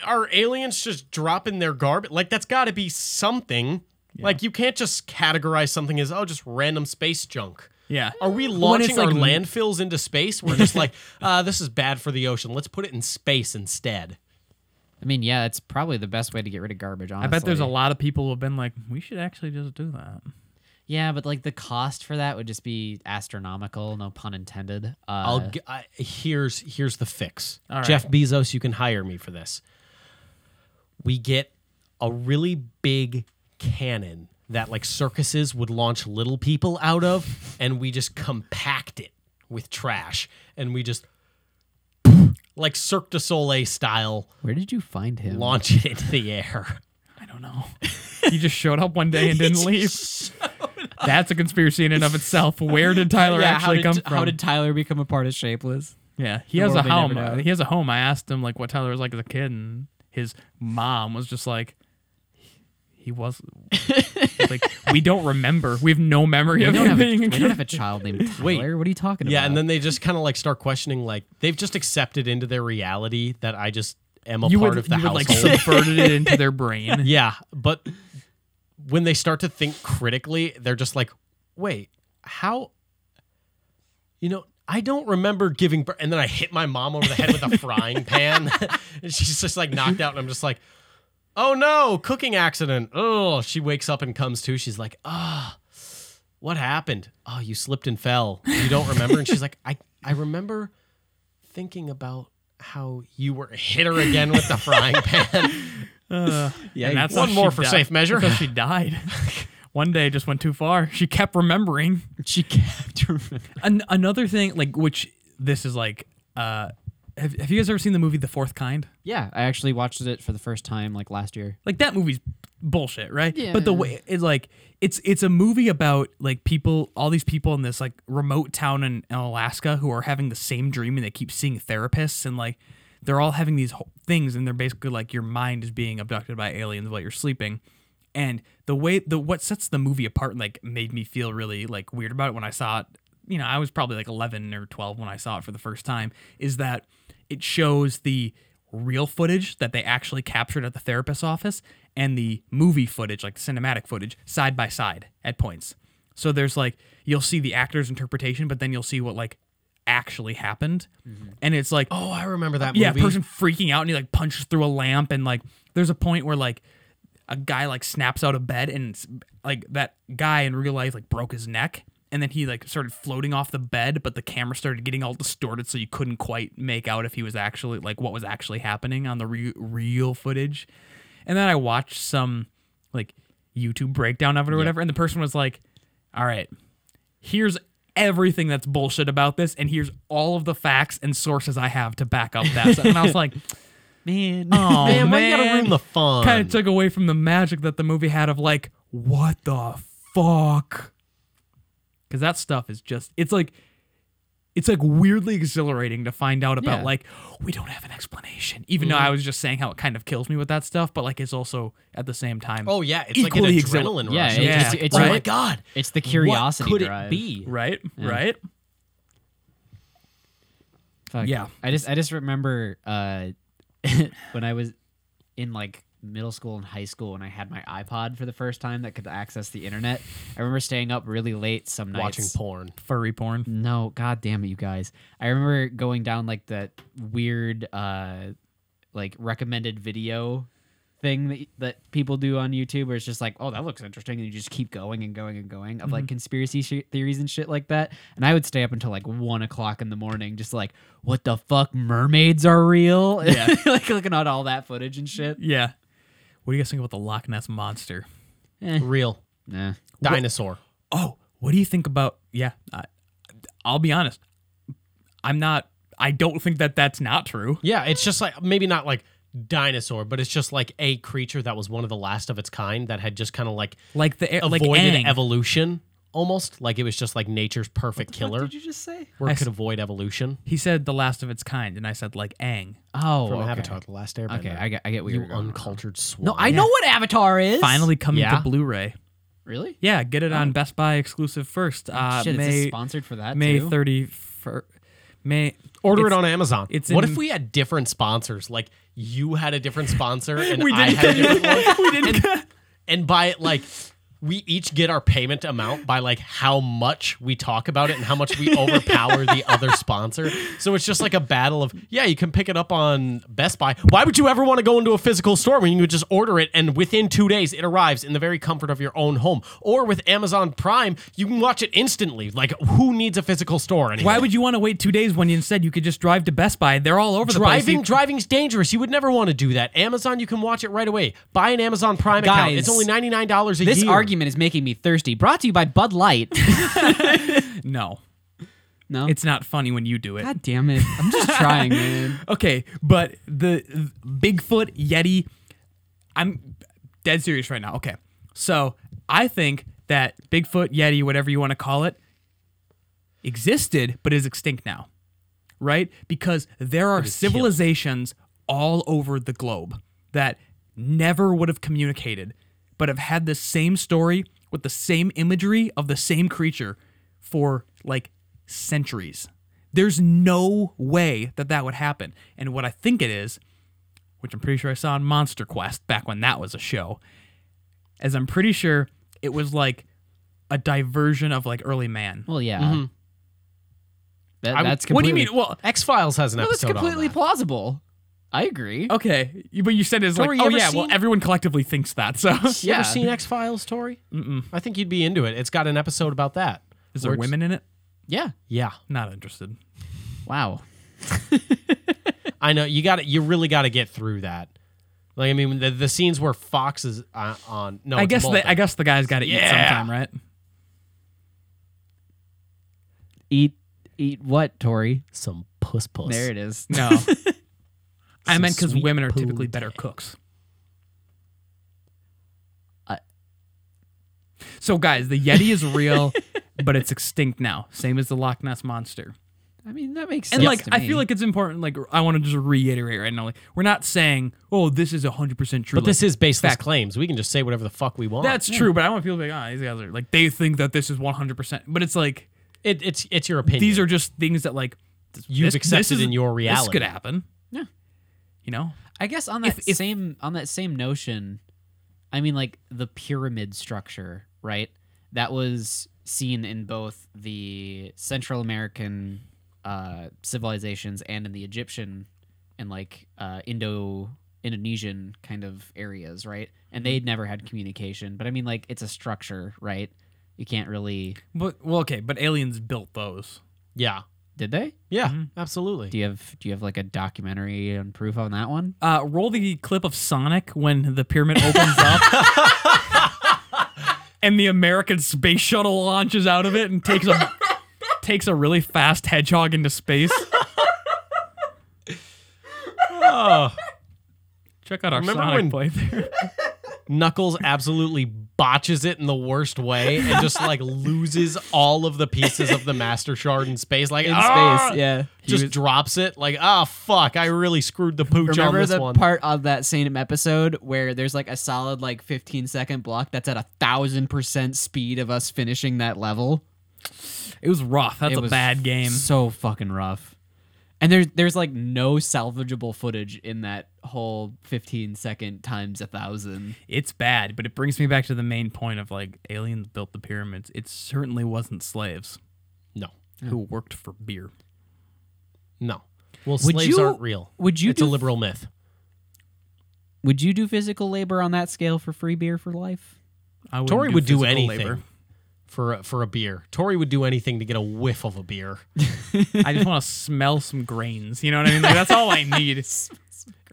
Speaker 3: are aliens just dropping their garbage? Like that's got to be something. Like you can't just categorize something as oh just random space junk.
Speaker 2: Yeah.
Speaker 3: Are we
Speaker 2: When it's
Speaker 3: launching our
Speaker 2: like-
Speaker 3: landfills into space? We're just like, uh, this is bad for the ocean. Let's put it in space instead.
Speaker 1: I mean, yeah, it's probably the best way to get rid of garbage.
Speaker 2: I
Speaker 1: Honestly,
Speaker 2: bet there's a lot of people who have been like, we should actually just do that.
Speaker 1: Yeah, but like the cost for that would just be astronomical. No pun intended. Uh,
Speaker 3: I'll g- I, here's here's the fix.
Speaker 2: right.
Speaker 3: Jeff Bezos, you can hire me for this. We get a really big cannon that like circuses would launch little people out of, and we just compact it with trash, and we just like Cirque du Soleil style
Speaker 1: where did you find him?
Speaker 3: launch it into the air.
Speaker 2: I don't know. he just showed up one day and didn't leave. That's a conspiracy in and of itself. Where did Tyler
Speaker 1: how
Speaker 2: actually
Speaker 1: did,
Speaker 2: come from?
Speaker 1: How did Tyler become a part of Shapeless?
Speaker 2: yeah, he has
Speaker 1: world they
Speaker 2: a
Speaker 1: never
Speaker 2: home. uh,
Speaker 1: know.
Speaker 2: He has a home. I asked him like what Tyler was like as a kid, and his mom was just like, he was like, we don't remember. We have no memory
Speaker 1: We
Speaker 2: of
Speaker 1: don't,
Speaker 2: him
Speaker 1: have a,
Speaker 2: being
Speaker 1: we
Speaker 2: a
Speaker 1: don't
Speaker 2: kid.
Speaker 1: have a child named Tyler.
Speaker 3: Wait.
Speaker 1: What are you talking about?
Speaker 3: Yeah, and then they just kind of like start questioning, like they've just accepted into their reality that I just am a
Speaker 2: You
Speaker 3: part
Speaker 2: would,
Speaker 3: of the
Speaker 2: you would like
Speaker 3: household.
Speaker 2: subverted it into their brain.
Speaker 3: yeah, but when they start to think critically, they're just like, "Wait, how? You know, I don't remember giving birth." And then I hit my mom over the head with a frying pan, and she's just like knocked out. And I'm just like, "Oh no, cooking accident!" Oh, she wakes up and comes to. She's like, "Ah." what happened? Oh, you slipped and fell. You don't remember? and she's like, I, I remember thinking about how you were hit her again with the frying pan. yeah,
Speaker 2: And that's how
Speaker 3: one more
Speaker 2: she
Speaker 3: for
Speaker 2: di-
Speaker 3: safe measure.
Speaker 2: That's how she died. One day just went too far. She kept remembering.
Speaker 1: She kept remembering.
Speaker 2: An- another thing, like which this is like, uh, have, have you guys ever seen the movie The Fourth Kind?
Speaker 1: Yeah, I actually watched it for the first time like last year.
Speaker 2: Like that movie's bullshit, right?
Speaker 1: Yeah.
Speaker 2: But the way it's like it's it's a movie about like people, all these people in this like remote town in, in Alaska who are having the same dream and they keep seeing therapists and like they're all having these ho- things and they're basically like your mind is being abducted by aliens while you're sleeping. And the way the what sets the movie apart and like made me feel really like weird about it when I saw it. You know, I was probably like 11 or 12 when I saw it for the first time. Is that it shows the real footage that they actually captured at the therapist's office and the movie footage, like cinematic footage, side by side at points. So there's like you'll see the actor's interpretation, but then you'll see what like actually happened, and it's like
Speaker 3: oh, I remember that
Speaker 2: yeah,
Speaker 3: movie.
Speaker 2: person freaking out and he like punches through a lamp and like there's a point where like a guy like snaps out of bed and it's, like that guy in real life like broke his neck and then he like started floating off the bed but the camera started getting all distorted so you couldn't quite make out if he was actually like what was actually happening on the re- real footage. And then I watched some like YouTube breakdown of it or whatever and the person was like all right here's everything that's bullshit about this and here's all of the facts and sources I have to back up that. and I was like,
Speaker 1: Man.
Speaker 2: oh man,
Speaker 3: man, why you gotta ruin the fun?
Speaker 2: kind of took away from the magic that the movie had of like, what the fuck? Because that stuff is just, it's like, it's like weirdly exhilarating to find out about
Speaker 1: Yeah.
Speaker 2: like we don't have an explanation. Even
Speaker 3: Mm-hmm.
Speaker 2: though I was just saying how it kind of kills me with that stuff, but like it's also at the same time
Speaker 3: oh yeah, it's
Speaker 2: Equally
Speaker 3: like an
Speaker 2: exhil-
Speaker 3: adrenaline
Speaker 1: Yeah,
Speaker 3: rush.
Speaker 1: it-
Speaker 2: Yeah.
Speaker 1: It's, it's
Speaker 3: oh my
Speaker 1: like-
Speaker 3: god,
Speaker 1: it's the curiosity
Speaker 3: what could
Speaker 1: drive.
Speaker 3: it be?
Speaker 2: right, right.
Speaker 1: Fuck.
Speaker 2: Yeah.
Speaker 1: I just I just remember uh, when I was in like middle school and high school and I had my iPod for the first time that could access the internet. I remember staying up really late some nights
Speaker 3: Watching porn.
Speaker 2: Furry porn.
Speaker 1: No, god damn it, you guys. I remember going down like that weird uh like recommended video thing that, that people do on YouTube where it's just like, oh, that looks interesting, and you just keep going and going and going of
Speaker 2: Mm-hmm.
Speaker 1: like conspiracy sh- theories and shit like that. And I would stay up until like one o'clock in the morning, just like, what the fuck, mermaids are real?
Speaker 2: Yeah.
Speaker 1: like looking at all that footage and shit.
Speaker 2: Yeah. What do you guys think about the Loch Ness monster?
Speaker 1: Eh.
Speaker 3: Real
Speaker 1: Nah.
Speaker 3: dinosaur.
Speaker 2: oh, what do you think about? Yeah, I, I'll be honest. I'm not. I don't think that that's not true.
Speaker 3: Yeah, it's just like maybe not like dinosaur, but it's just like a creature that was one of the last of its kind that had just kind of like
Speaker 2: Like the eh,
Speaker 1: Oh,
Speaker 2: like
Speaker 3: avoided
Speaker 2: Aang.
Speaker 3: evolution almost. Like it was just like nature's perfect
Speaker 1: What
Speaker 3: killer
Speaker 1: did you just say?
Speaker 3: where
Speaker 2: I
Speaker 3: it
Speaker 2: s-
Speaker 3: could avoid evolution.
Speaker 2: he said the last of its kind, and I said like Ang.
Speaker 1: Oh,
Speaker 3: From
Speaker 1: okay.
Speaker 3: Avatar, the last airbender.
Speaker 1: Okay, I get, I get what
Speaker 3: you
Speaker 1: you're going.
Speaker 3: uncultured swan.
Speaker 1: No, I know what Avatar is.
Speaker 2: Finally coming
Speaker 3: Yeah.
Speaker 2: to Blu-ray.
Speaker 1: Really?
Speaker 2: Yeah, get it on Best Buy exclusive first. Uh,
Speaker 1: Oh. Shit, is this
Speaker 2: May
Speaker 1: sponsored for that
Speaker 2: May
Speaker 1: too?
Speaker 2: thirty first. May
Speaker 3: Order
Speaker 2: it's-
Speaker 3: it on Amazon.
Speaker 2: it's
Speaker 3: what
Speaker 2: in-
Speaker 3: if we had different sponsors? Like you had a different sponsor and
Speaker 2: We
Speaker 3: I
Speaker 2: didn't-
Speaker 3: had a different one.
Speaker 2: we didn't.
Speaker 3: And by it, like we each get our payment amount by like how much we talk about it and how much we overpower the other sponsor. So it's just like a battle of yeah, you can pick it up on Best Buy. Why would you ever want to go into a physical store when you could just order it and within two days it arrives in the very comfort of your own home? Or with Amazon Prime, you can watch it instantly. Like who needs a physical store anymore?
Speaker 2: Why would you want to wait two days when instead you could just drive to Best Buy? They're all over the place.
Speaker 3: Driving,
Speaker 2: You-
Speaker 3: driving's dangerous. You would never want to do that. Amazon, you can watch it right away. Buy an Amazon Prime account.
Speaker 1: Guys,
Speaker 3: It's only ninety nine dollars a
Speaker 1: This
Speaker 3: year.
Speaker 1: argument is making me thirsty. Brought to you by Bud Light.
Speaker 2: no,
Speaker 1: no.
Speaker 2: it's not funny when you do it.
Speaker 1: God damn it. I'm just trying, man.
Speaker 2: Okay, but the Bigfoot Yeti, I'm dead serious right now. Okay, so I think that Bigfoot Yeti, whatever you want to call it, existed but is extinct now, right? Because there are civilizations all over the globe that never would have communicated, but have had the same story with the same imagery of the same creature for like centuries. There's no way that that would happen. And what I think it is, which I'm pretty sure I saw on Monster Quest back when that was a show, as I'm pretty sure it was like a diversion of like early man.
Speaker 1: Well, yeah. That,
Speaker 3: I-
Speaker 1: that's
Speaker 2: Mm-hmm. what do
Speaker 1: completely,
Speaker 2: you mean? Well,
Speaker 3: X Files has an
Speaker 1: No, it's
Speaker 3: episode.
Speaker 1: completely
Speaker 3: on that.
Speaker 1: plausible. I agree.
Speaker 2: okay, you- but you said it's like,
Speaker 3: Tori, you
Speaker 2: oh
Speaker 3: ever
Speaker 2: yeah, well
Speaker 3: seen-
Speaker 2: everyone collectively thinks that. So
Speaker 3: You
Speaker 1: yeah.
Speaker 3: ever seen X Files, Tori?
Speaker 2: Mm-mm.
Speaker 3: I think you'd be into it. It's got an episode about that.
Speaker 2: is there
Speaker 3: Words-
Speaker 2: women in it?
Speaker 1: Yeah.
Speaker 3: Yeah,
Speaker 2: Not interested.
Speaker 1: Wow.
Speaker 3: I know you got to You really got to get through that. Like I mean, the, the scenes where Fox is uh, on. No,
Speaker 2: I
Speaker 3: it's
Speaker 2: guess
Speaker 3: Mulder.
Speaker 2: the I guess the guy's got to eat
Speaker 3: Yeah.
Speaker 2: sometime, right?
Speaker 1: Eat eat what, Tori?
Speaker 3: some puss puss.
Speaker 1: There it is.
Speaker 2: No, I
Speaker 3: Some
Speaker 2: meant because
Speaker 3: sweet
Speaker 2: women are
Speaker 3: poo
Speaker 2: typically better cooks.
Speaker 1: I-
Speaker 2: So guys, the Yeti is real, but it's extinct now. Same as the Loch Ness monster.
Speaker 1: I mean, that makes sense.
Speaker 2: And like,
Speaker 1: to
Speaker 2: I
Speaker 1: me.
Speaker 2: feel like it's important. Like, I want to just reiterate right now. Like, we're not saying, oh, this is hundred percent true.
Speaker 3: But this
Speaker 2: Like,
Speaker 3: is baseless
Speaker 2: fact.
Speaker 3: claims. We can just say whatever the fuck we want.
Speaker 2: that's true. But I want people to be like, oh, these guys are like they think that this is one hundred percent. But it's like
Speaker 3: it, it's it's your opinion.
Speaker 2: these are just things that like th-
Speaker 3: You've
Speaker 2: this-
Speaker 3: accepted
Speaker 2: this is-
Speaker 3: in your
Speaker 2: This
Speaker 3: reality.
Speaker 2: could happen.
Speaker 1: Yeah.
Speaker 2: You know,
Speaker 1: I guess on that
Speaker 2: If- if-
Speaker 1: same on that same notion, I mean like the pyramid structure, right? That was seen in both the Central American uh, civilizations and in the Egyptian and like uh, Indo Indonesian kind of areas, right? And they'd never had communication, but I mean like it's a structure, right? You can't really
Speaker 2: but well, okay, but aliens built those.
Speaker 3: yeah,
Speaker 1: did they?
Speaker 3: yeah,
Speaker 2: Mhm.
Speaker 3: absolutely.
Speaker 1: Do you have do you have like a documentary and proof on that one?
Speaker 2: Uh, roll the clip of Sonic when the pyramid opens up. And the American space shuttle launches out of it and takes a takes a really fast hedgehog into space.
Speaker 3: Oh.
Speaker 2: Check out our
Speaker 3: Remember
Speaker 2: Sonic
Speaker 3: when-
Speaker 2: playthrough.
Speaker 3: Knuckles absolutely botches it in the worst way and just like loses all of the pieces of the Master Shard in space. Like
Speaker 1: In
Speaker 3: "Ah!"
Speaker 1: space, yeah.
Speaker 3: just drops it. Like ah fuck, I really screwed the pooch on
Speaker 1: Remember
Speaker 3: this
Speaker 1: the
Speaker 3: one.
Speaker 1: part of that same episode where there's like a solid like 15 second block that's at a thousand percent speed of us finishing that level.
Speaker 2: It was rough. That's
Speaker 1: It
Speaker 2: a
Speaker 1: was
Speaker 2: bad game.
Speaker 1: So fucking rough. And there's there's like no salvageable footage in that whole 15 second times a thousand.
Speaker 2: It's bad, but it brings me back to the main point of like aliens built the pyramids. It certainly wasn't slaves
Speaker 3: no,
Speaker 2: who worked for beer.
Speaker 3: no. Well, slaves
Speaker 1: you-
Speaker 3: aren't real.
Speaker 1: Would you
Speaker 3: it's
Speaker 1: do
Speaker 3: a liberal myth.
Speaker 1: would you do physical labor on that scale for free beer for life?
Speaker 2: I wouldn't
Speaker 3: Tori would do
Speaker 2: physical
Speaker 3: anything
Speaker 2: labor.
Speaker 3: for a, for a beer. Tori would do anything to get a whiff of a beer.
Speaker 2: I just want to smell some grains. You know what I mean? Like, that's all I need.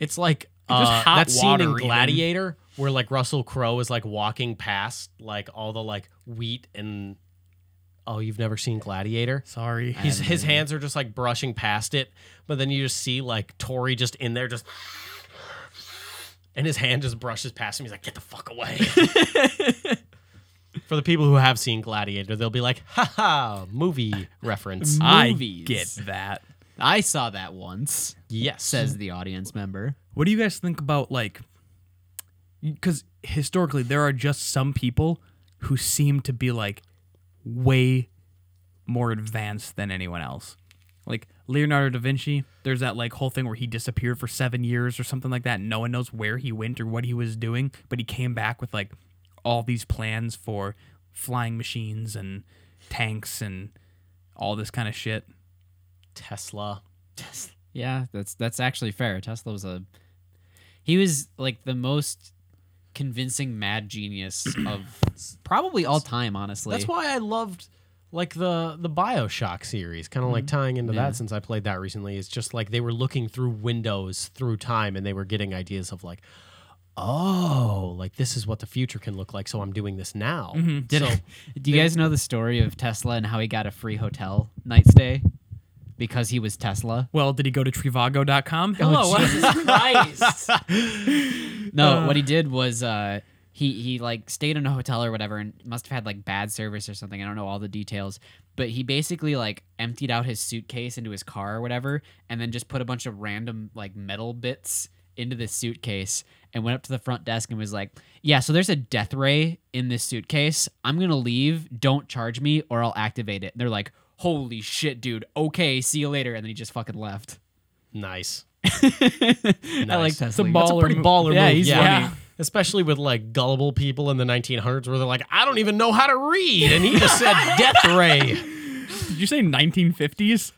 Speaker 3: It's like uh,
Speaker 2: Just hot
Speaker 3: that scene
Speaker 2: water
Speaker 3: in
Speaker 2: even.
Speaker 3: Gladiator where like Russell Crowe is like walking past like all the like wheat and oh you've never seen Gladiator.
Speaker 2: Sorry.
Speaker 3: He's, his hands are just like brushing past it, but then you just see like Tori just in there just. And his hand just brushes past him. He's like, "Get the fuck away!" For the people who have seen Gladiator, they'll be like, "Ha ha!" Movie reference.
Speaker 2: I
Speaker 1: movies.
Speaker 2: get that.
Speaker 1: I saw that once,
Speaker 3: yes,
Speaker 1: says the audience member.
Speaker 2: What do you guys think about like? Because historically, there are just some people who seem to be like way more advanced than anyone else. Like Leonardo da Vinci, there's that like whole thing where he disappeared for seven years or something like that. No one knows where he went or what he was doing, but he came back with like all these plans for flying machines and tanks and all this kind of shit.
Speaker 3: Tesla.
Speaker 1: Yeah, that's that's actually fair. Tesla was a he was like the most convincing mad genius of probably all time, honestly.
Speaker 3: That's why I loved like the the BioShock series, kind of like tying into
Speaker 1: Yeah.
Speaker 3: that since I played that recently. It's just like they were looking through windows through time and they were getting ideas of like, oh, like this is what the future can look like, so I'm doing this now.
Speaker 1: Did-
Speaker 3: so
Speaker 1: do you guys know the story of Tesla and how he got a free hotel night stay because he was Tesla?
Speaker 2: Well, did he go to Trivago.com? Hello.
Speaker 1: Oh, Jesus Christ! no, what he did was uh, he he like stayed in a hotel or whatever, and must have had like bad service or something. I don't know all the details, but he basically like emptied out his suitcase into his car or whatever, and then just put a bunch of random like metal bits into this suitcase and went up to the front desk and was like, "Yeah, so there's a death ray in this suitcase. I'm gonna leave. Don't charge me, or I'll activate it." And they're like. Holy shit, dude. Okay, see you later. And then he just fucking left.
Speaker 3: nice.
Speaker 1: I like
Speaker 3: Nice.
Speaker 1: Tesla.
Speaker 2: It's a
Speaker 1: That's
Speaker 2: baller
Speaker 1: pretty
Speaker 2: move.
Speaker 3: Baller
Speaker 2: Yeah,
Speaker 3: move,
Speaker 2: he's
Speaker 3: yeah.
Speaker 2: funny.
Speaker 3: Especially with like gullible people in the 1900s, where they're like, "I don't even know how to read," and he just said "death ray."
Speaker 2: Did you say 1950s?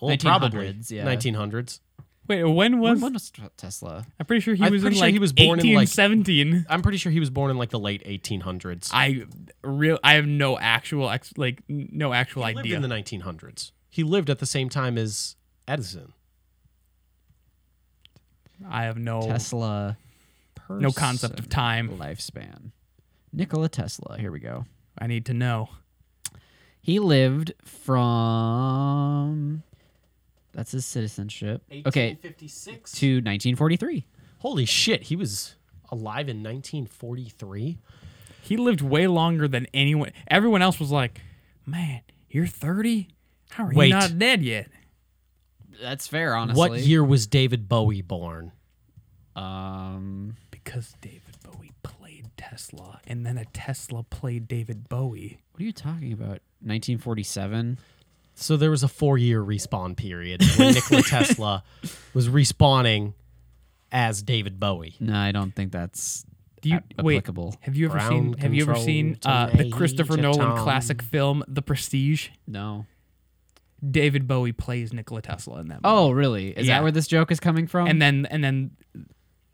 Speaker 3: Well, probably
Speaker 1: 1900s, yeah.
Speaker 3: 1900s.
Speaker 2: Wait, when was?
Speaker 1: When, when was Tesla?
Speaker 2: I'm pretty sure he
Speaker 3: I'm
Speaker 2: was
Speaker 3: pretty
Speaker 2: in
Speaker 3: sure
Speaker 2: like
Speaker 3: he was born in, like-
Speaker 2: 1817.
Speaker 3: I'm pretty sure he was born in like the late 1800s.
Speaker 2: I real I have no actual ex- like n- no actual
Speaker 3: He lived
Speaker 2: idea.
Speaker 3: in the 1900s. He lived at the same time as Edison.
Speaker 2: I have no
Speaker 1: Tesla. Person.
Speaker 2: Oh. no concept of time.
Speaker 1: lifespan. Nikola Tesla. Here we go.
Speaker 2: I need to know.
Speaker 1: He lived from that's his citizenship. Okay, to 1943.
Speaker 3: Holy shit, he was alive in 1943.
Speaker 2: He lived way longer than anyone. Everyone else was like, "Man, you're 30. How are
Speaker 3: Wait.
Speaker 2: you not dead yet?"
Speaker 1: That's fair, honestly.
Speaker 3: What year was David Bowie born?
Speaker 1: Um,
Speaker 2: Because David Bowie played Tesla, and then a Tesla played David Bowie.
Speaker 1: what are you talking about? 1947.
Speaker 3: So there was a four-year respawn period when Nikola Tesla was respawning as David Bowie.
Speaker 1: No, I don't think that's
Speaker 2: Do you
Speaker 1: Ap-
Speaker 2: wait?
Speaker 1: applicable.
Speaker 2: Have you ever
Speaker 3: Ground
Speaker 2: seen? Have you ever
Speaker 3: control
Speaker 2: seen
Speaker 3: to
Speaker 2: uh, the
Speaker 3: Major
Speaker 2: Christopher Nolan
Speaker 3: Tom.
Speaker 2: classic film, The Prestige?
Speaker 1: no.
Speaker 2: David Bowie plays Nikola Tesla in that. movie.
Speaker 1: Oh, um, really? Is
Speaker 2: Yeah.
Speaker 1: that where this joke is coming from?
Speaker 2: and then and then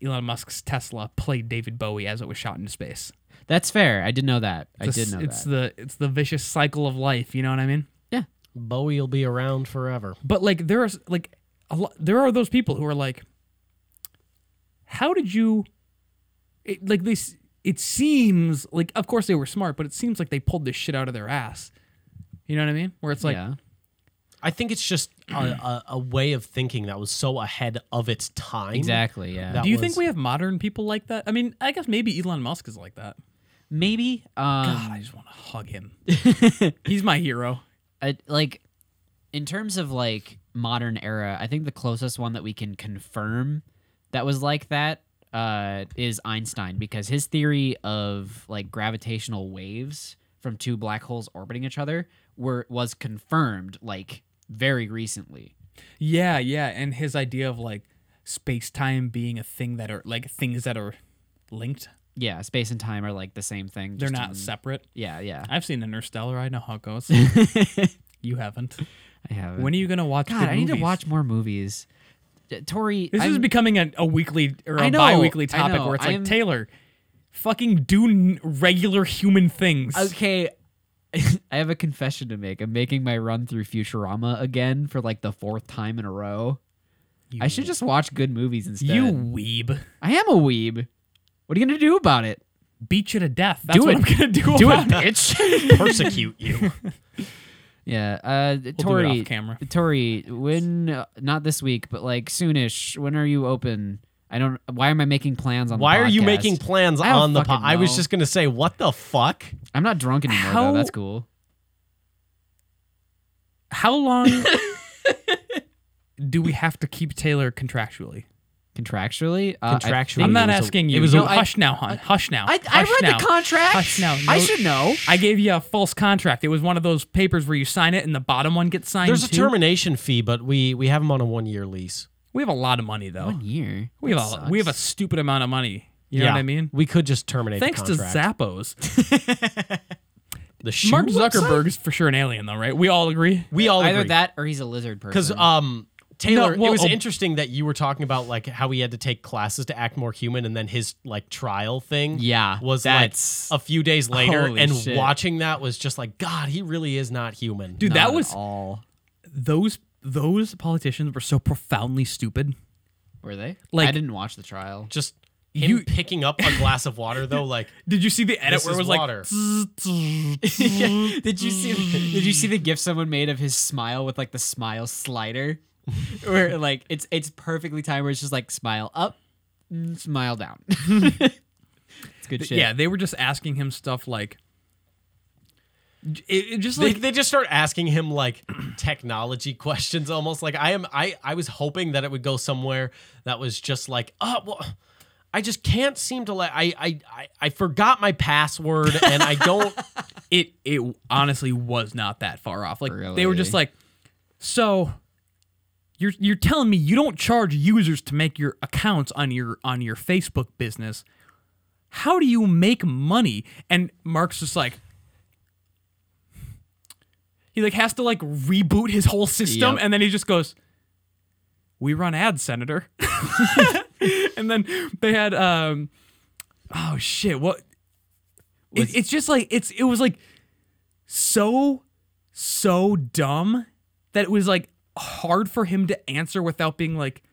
Speaker 2: Elon Musk's Tesla played David Bowie as it was shot into space.
Speaker 1: that's fair. I did know that. I
Speaker 2: It's a
Speaker 1: did
Speaker 2: s-
Speaker 1: know
Speaker 2: it's
Speaker 1: that.
Speaker 2: the it's the vicious cycle of life. You know what I mean?
Speaker 1: yeah.
Speaker 3: Bowie will be around forever.
Speaker 2: But like there are s- like a lot. There are those people who are like, how did you? It, like this. It seems like of course they were smart, but it seems like they pulled this shit out of their ass. You know what I mean? Where it's like.
Speaker 1: yeah.
Speaker 3: I think it's just a, a, a way of thinking that was so ahead of its time.
Speaker 1: Exactly. Yeah.
Speaker 3: That
Speaker 2: Do you
Speaker 3: was-
Speaker 2: think we have modern people like that? I mean, I guess maybe Elon Musk is like that.
Speaker 1: Maybe. Um,
Speaker 2: God, I just want to hug him. He's my hero.
Speaker 1: I, like in terms of like modern era i think the closest one that we can confirm that was like that uh, is einstein because his theory of like gravitational waves from two black holes orbiting each other were was confirmed like very recently
Speaker 2: Yeah, yeah, and his idea of like space time being a thing that are like things that are linked.
Speaker 1: yeah space and time are like the same thing
Speaker 2: They're
Speaker 1: just
Speaker 2: not
Speaker 1: in-
Speaker 2: separate.
Speaker 1: yeah yeah
Speaker 2: I've seen Interstellar. I know how it goes. you haven't.
Speaker 1: i have
Speaker 2: When are you gonna watch?
Speaker 1: god
Speaker 2: good
Speaker 1: i need to
Speaker 2: movies?
Speaker 1: watch more movies Uh, tori
Speaker 2: This is
Speaker 1: I'm-
Speaker 2: becoming a, a weekly or
Speaker 1: I
Speaker 2: a
Speaker 1: know,
Speaker 2: bi-weekly
Speaker 1: I
Speaker 2: topic
Speaker 1: know,
Speaker 2: where it's like
Speaker 1: I'm-
Speaker 2: Taylor, fucking do n- regular human things.
Speaker 1: Okay. I have a confession to make. I'm making my run through Futurama again for like the fourth time in a row. I should just watch good movies instead.
Speaker 2: you weeb,
Speaker 1: I am a weeb. What are you gonna do about it?
Speaker 2: beat you to death. That's
Speaker 1: Do
Speaker 2: what
Speaker 1: it.
Speaker 2: I'm gonna do.
Speaker 1: Do it,
Speaker 2: about
Speaker 1: bitch.
Speaker 3: persecute you?
Speaker 1: yeah. Uh,
Speaker 2: We'll
Speaker 1: Tori.
Speaker 2: do it off camera.
Speaker 1: Tori, when? Uh, not this week, but like soonish. When are you open? I don't. Why am I making plans on?
Speaker 3: Why
Speaker 1: the
Speaker 3: are you
Speaker 1: podcast?
Speaker 3: making plans
Speaker 1: I don't
Speaker 3: on the po-
Speaker 1: fucking
Speaker 3: I was
Speaker 1: know.
Speaker 3: just gonna say, what the fuck?
Speaker 1: I'm not drunk anymore.
Speaker 2: How-
Speaker 1: though. That's cool.
Speaker 2: How long do we have to keep Taylor contractually?
Speaker 1: Contractually. Uh, I
Speaker 3: Contractually.
Speaker 1: think-
Speaker 2: I'm not
Speaker 3: was a-
Speaker 2: asking
Speaker 3: it
Speaker 2: you.
Speaker 3: was
Speaker 1: a-
Speaker 2: No,
Speaker 1: I-
Speaker 2: hush now, hon. Hush now.
Speaker 1: I, I
Speaker 2: Hush
Speaker 1: read
Speaker 2: now.
Speaker 1: the contract.
Speaker 2: Hush now.
Speaker 1: I
Speaker 2: No-
Speaker 1: should know.
Speaker 2: I gave you a false contract. It was one of those papers where you sign it and the bottom one gets signed.
Speaker 3: There's a
Speaker 2: too.
Speaker 3: termination fee, but we we have him on a one year lease.
Speaker 2: We have a lot of money
Speaker 3: Oh
Speaker 2: though.
Speaker 1: One year.
Speaker 2: We have
Speaker 1: That
Speaker 2: a
Speaker 1: sucks.
Speaker 2: we have a stupid amount of money. You know what I mean?
Speaker 3: We could just terminate.
Speaker 2: Thanks
Speaker 3: the
Speaker 2: to
Speaker 3: contract.
Speaker 2: Zappos.
Speaker 3: the shoe
Speaker 2: Mark
Speaker 3: website?
Speaker 2: Zuckerberg's for sure an alien though, right? We all agree.
Speaker 3: We all
Speaker 1: either
Speaker 3: agree.
Speaker 1: that or he's a lizard person.
Speaker 2: uh,
Speaker 3: because um Taylor,
Speaker 2: well,
Speaker 3: it was
Speaker 2: oh-
Speaker 3: interesting that you were talking about like how he had to take classes to act more human, and then his like trial thing,
Speaker 1: Yeah,
Speaker 3: was
Speaker 1: that's-
Speaker 3: like a few days later,
Speaker 1: Holy
Speaker 3: and
Speaker 1: shit.
Speaker 3: watching that was just like, God, he really is not human,
Speaker 2: Dude,
Speaker 1: Not
Speaker 2: that
Speaker 1: at
Speaker 2: was
Speaker 1: all.
Speaker 2: those those politicians were so profoundly stupid.
Speaker 1: Were they?
Speaker 2: Like-
Speaker 1: I didn't watch the trial.
Speaker 3: Just him
Speaker 2: You-
Speaker 3: picking up a glass of water though, like
Speaker 2: Did you see the edit
Speaker 3: This
Speaker 2: where it
Speaker 3: is
Speaker 2: was
Speaker 3: water.
Speaker 2: like "Tzz, tzz, Mm.
Speaker 1: Did you see? Did you see the gif someone made of his smile with like the smile slider, where like it's it's perfectly timed where it's just like smile up, mm, smile down. it's good shit.
Speaker 2: Yeah, they were just asking him stuff like it, it just
Speaker 3: they,
Speaker 2: like
Speaker 3: they just start asking him like technology questions almost like i am i i was hoping that it would go somewhere that was just like oh well i just can't seem to like i i i, I forgot my password and i don't
Speaker 2: it it honestly was not that far off. Like they were just
Speaker 1: Really?
Speaker 2: like so you're you're telling me you don't charge users to make your accounts on your on your Facebook business. How do you make money? And Mark's just like he like has to like reboot his whole system
Speaker 1: Yep.
Speaker 2: and then he just goes we run ads, senator. and then they had um oh shit, what it, it's just like it's it was like so so dumb that it was like hard for him to answer without being like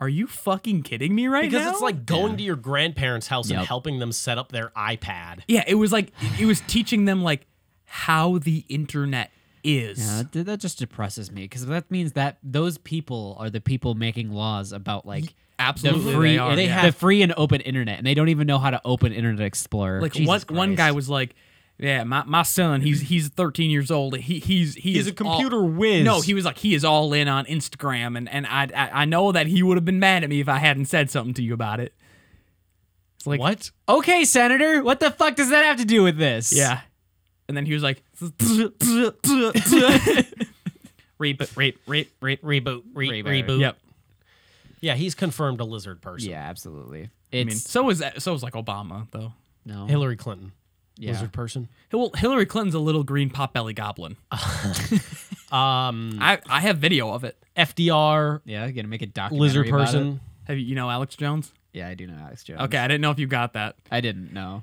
Speaker 2: Are you fucking kidding me right
Speaker 3: because
Speaker 2: now?
Speaker 3: it's like going to your grandparents' house and
Speaker 1: Yep.
Speaker 3: helping them set up their iPad.
Speaker 2: yeah, it was like it was teaching them like how the internet is.
Speaker 1: Uh, th- that just depresses me because that means that those people are the people making laws about like
Speaker 2: absolutely
Speaker 1: the free
Speaker 2: they are,
Speaker 1: they
Speaker 2: yeah.
Speaker 1: have the free and open internet and they don't even know how to open Internet Explorer.
Speaker 2: Like
Speaker 1: Jesus
Speaker 2: one one
Speaker 1: Christ.
Speaker 2: guy was like, "Yeah, my, my son, he's he's 13 years old. He he's he
Speaker 3: He's
Speaker 2: is
Speaker 3: a computer
Speaker 2: all,
Speaker 3: whiz.
Speaker 2: No, he was like he is all in on Instagram, and and I I, I know that he would have been mad at me if I hadn't said something to you about it. It's like
Speaker 3: What?
Speaker 1: okay, Senator, what the fuck does that have to do with this?
Speaker 2: Yeah, and then he was like, reboot, reboot, reboot, reboot.
Speaker 3: Reboot, re-
Speaker 1: Reboot.
Speaker 3: reboot.
Speaker 2: Yep.
Speaker 3: Yeah, he's confirmed a lizard person.
Speaker 1: yeah, absolutely.
Speaker 2: I
Speaker 1: It's
Speaker 2: mean, so is so is like Obama though.
Speaker 1: no,
Speaker 3: Hillary Clinton,
Speaker 1: yeah.
Speaker 3: lizard person.
Speaker 2: Well, Hillary Clinton's a little green pot belly goblin.
Speaker 3: Um,
Speaker 2: I, I have video of it.
Speaker 3: FDR,
Speaker 1: yeah, gonna make a documentary.
Speaker 3: lizard
Speaker 1: about
Speaker 3: person.
Speaker 1: it.
Speaker 2: Have you you know Alex Jones?
Speaker 1: Yeah, I do know Alex Jones.
Speaker 2: Okay, I didn't know if you got that.
Speaker 1: I didn't know.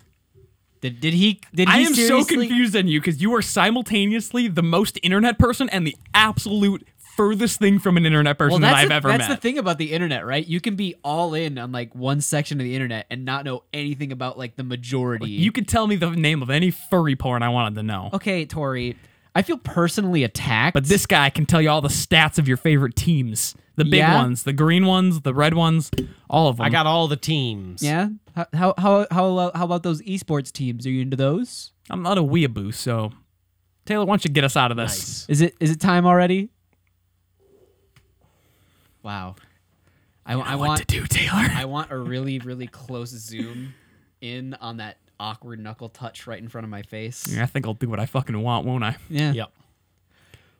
Speaker 1: Did did he? Did
Speaker 2: I
Speaker 1: he
Speaker 2: am so
Speaker 1: seriously-
Speaker 2: confused on you because you are simultaneously the most internet person and the absolute furthest thing from an internet person
Speaker 1: Well,
Speaker 2: that
Speaker 1: that's
Speaker 2: I've
Speaker 1: the,
Speaker 2: ever
Speaker 1: that's
Speaker 2: met.
Speaker 1: the thing about the internet, right? You can be all in on like one section of the internet and not know anything about like the majority.
Speaker 2: You could tell me the name of any furry porn I wanted to know.
Speaker 1: okay, Tori? I feel personally attacked.
Speaker 2: But this guy can tell you all the stats of your favorite teams. The big
Speaker 1: Yeah.
Speaker 2: ones, the green ones, the red ones, all of them.
Speaker 3: I got all the teams.
Speaker 1: yeah. How how how how, how about those esports teams? Are you into those?
Speaker 2: I'm not a weeaboo, so Taylor, why don't you get us out of this?
Speaker 3: Nice.
Speaker 1: Is it is it time already? Wow. I, I
Speaker 2: What
Speaker 1: want
Speaker 2: to do, Taylor?
Speaker 1: I want a really really close zoom in on that awkward knuckle touch right in front of my face.
Speaker 2: Yeah, I think I'll do what I fucking want, won't I?
Speaker 1: Yeah.
Speaker 3: Yep.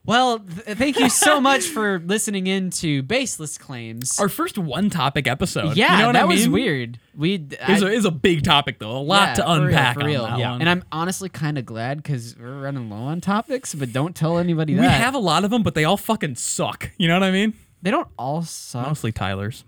Speaker 1: Well, th- thank you so much for listening in to Baseless Claims.
Speaker 2: Our first one topic episode.
Speaker 1: yeah,
Speaker 2: you know what
Speaker 1: that
Speaker 2: I mean?
Speaker 1: was weird. We
Speaker 2: It's a, it's a big topic though. A lot to unpack
Speaker 1: for real.
Speaker 2: on that
Speaker 1: yeah.
Speaker 2: one.
Speaker 1: And I'm honestly kind of glad because we're running low on topics, but don't tell anybody
Speaker 2: we
Speaker 1: that.
Speaker 2: have a lot of them, but they all fucking suck. You know what I mean?
Speaker 1: they don't all suck.
Speaker 2: Mostly Tyler's.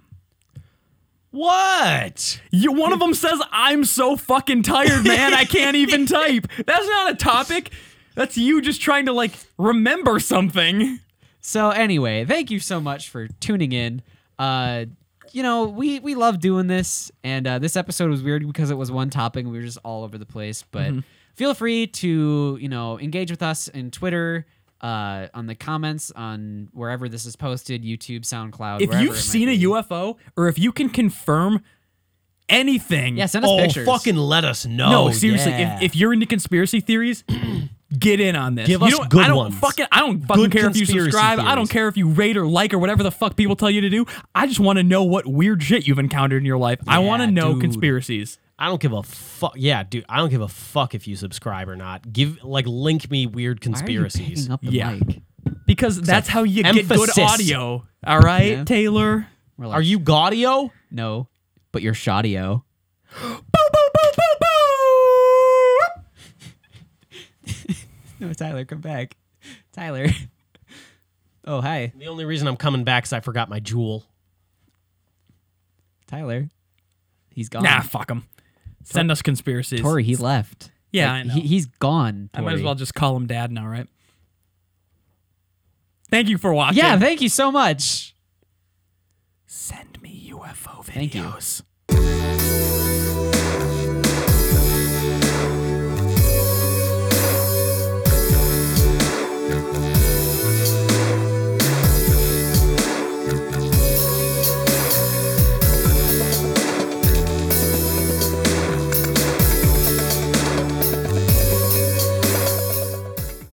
Speaker 3: What?
Speaker 2: You, one of them says, "I'm so fucking tired, man. I can't even type." That's not a topic. That's you just trying to like remember something.
Speaker 1: So anyway, thank you so much for tuning in. Uh, you know, we we love doing this, and uh, this episode was weird because it was one topic and we were just all over the place. But feel free to you know engage with us in Twitter. Uh, on the comments on wherever this is posted, YouTube, SoundCloud.
Speaker 2: If
Speaker 1: wherever it
Speaker 2: you've
Speaker 1: might
Speaker 2: seen a
Speaker 1: be.
Speaker 2: UFO or if you can confirm anything,
Speaker 1: yeah, send us
Speaker 3: Oh,
Speaker 1: pictures.
Speaker 3: fucking let us know.
Speaker 2: No, seriously.
Speaker 3: yeah.
Speaker 2: If, if you're into conspiracy theories, get in on this.
Speaker 3: Give
Speaker 2: You
Speaker 3: us
Speaker 2: don't-
Speaker 3: good
Speaker 2: I don't
Speaker 3: ones.
Speaker 2: Fucking, I don't fucking
Speaker 3: Good
Speaker 2: care if you
Speaker 3: conspiracy
Speaker 2: subscribe. I don't
Speaker 3: theories.
Speaker 2: care if you rate or like or whatever the fuck people tell you to do. I just want to know what weird shit you've encountered in your life. I want to
Speaker 3: Yeah,
Speaker 2: know
Speaker 3: dude.
Speaker 2: conspiracies.
Speaker 3: I don't give a fuck. Yeah, dude, I don't give a fuck if you subscribe or not. Give like link me weird
Speaker 1: Why are you
Speaker 3: conspiracies.
Speaker 1: picking up the
Speaker 2: Yeah.
Speaker 1: mic?
Speaker 2: Because that's how you get
Speaker 3: emphasis.
Speaker 2: good audio. All right,
Speaker 1: Yeah.
Speaker 2: Taylor.
Speaker 1: We're like,
Speaker 3: Are you Gaudio?
Speaker 1: no? But you're shoddio.
Speaker 2: Boo, boo, boo, boo, boo.
Speaker 1: No, Tyler, come back, Tyler. oh hi,
Speaker 3: The only reason I'm coming back is I forgot my jewel.
Speaker 1: Tyler. He's gone.
Speaker 2: Nah, fuck them. Send us conspiracies.
Speaker 1: Tori, he left.
Speaker 2: Yeah,
Speaker 1: Like,
Speaker 2: I know.
Speaker 1: He, he's gone.
Speaker 2: I might as
Speaker 1: Tori.
Speaker 2: well just call him dad now, right? Thank you for watching.
Speaker 1: Yeah, thank you so much.
Speaker 2: send me UFO videos.
Speaker 1: Thank you.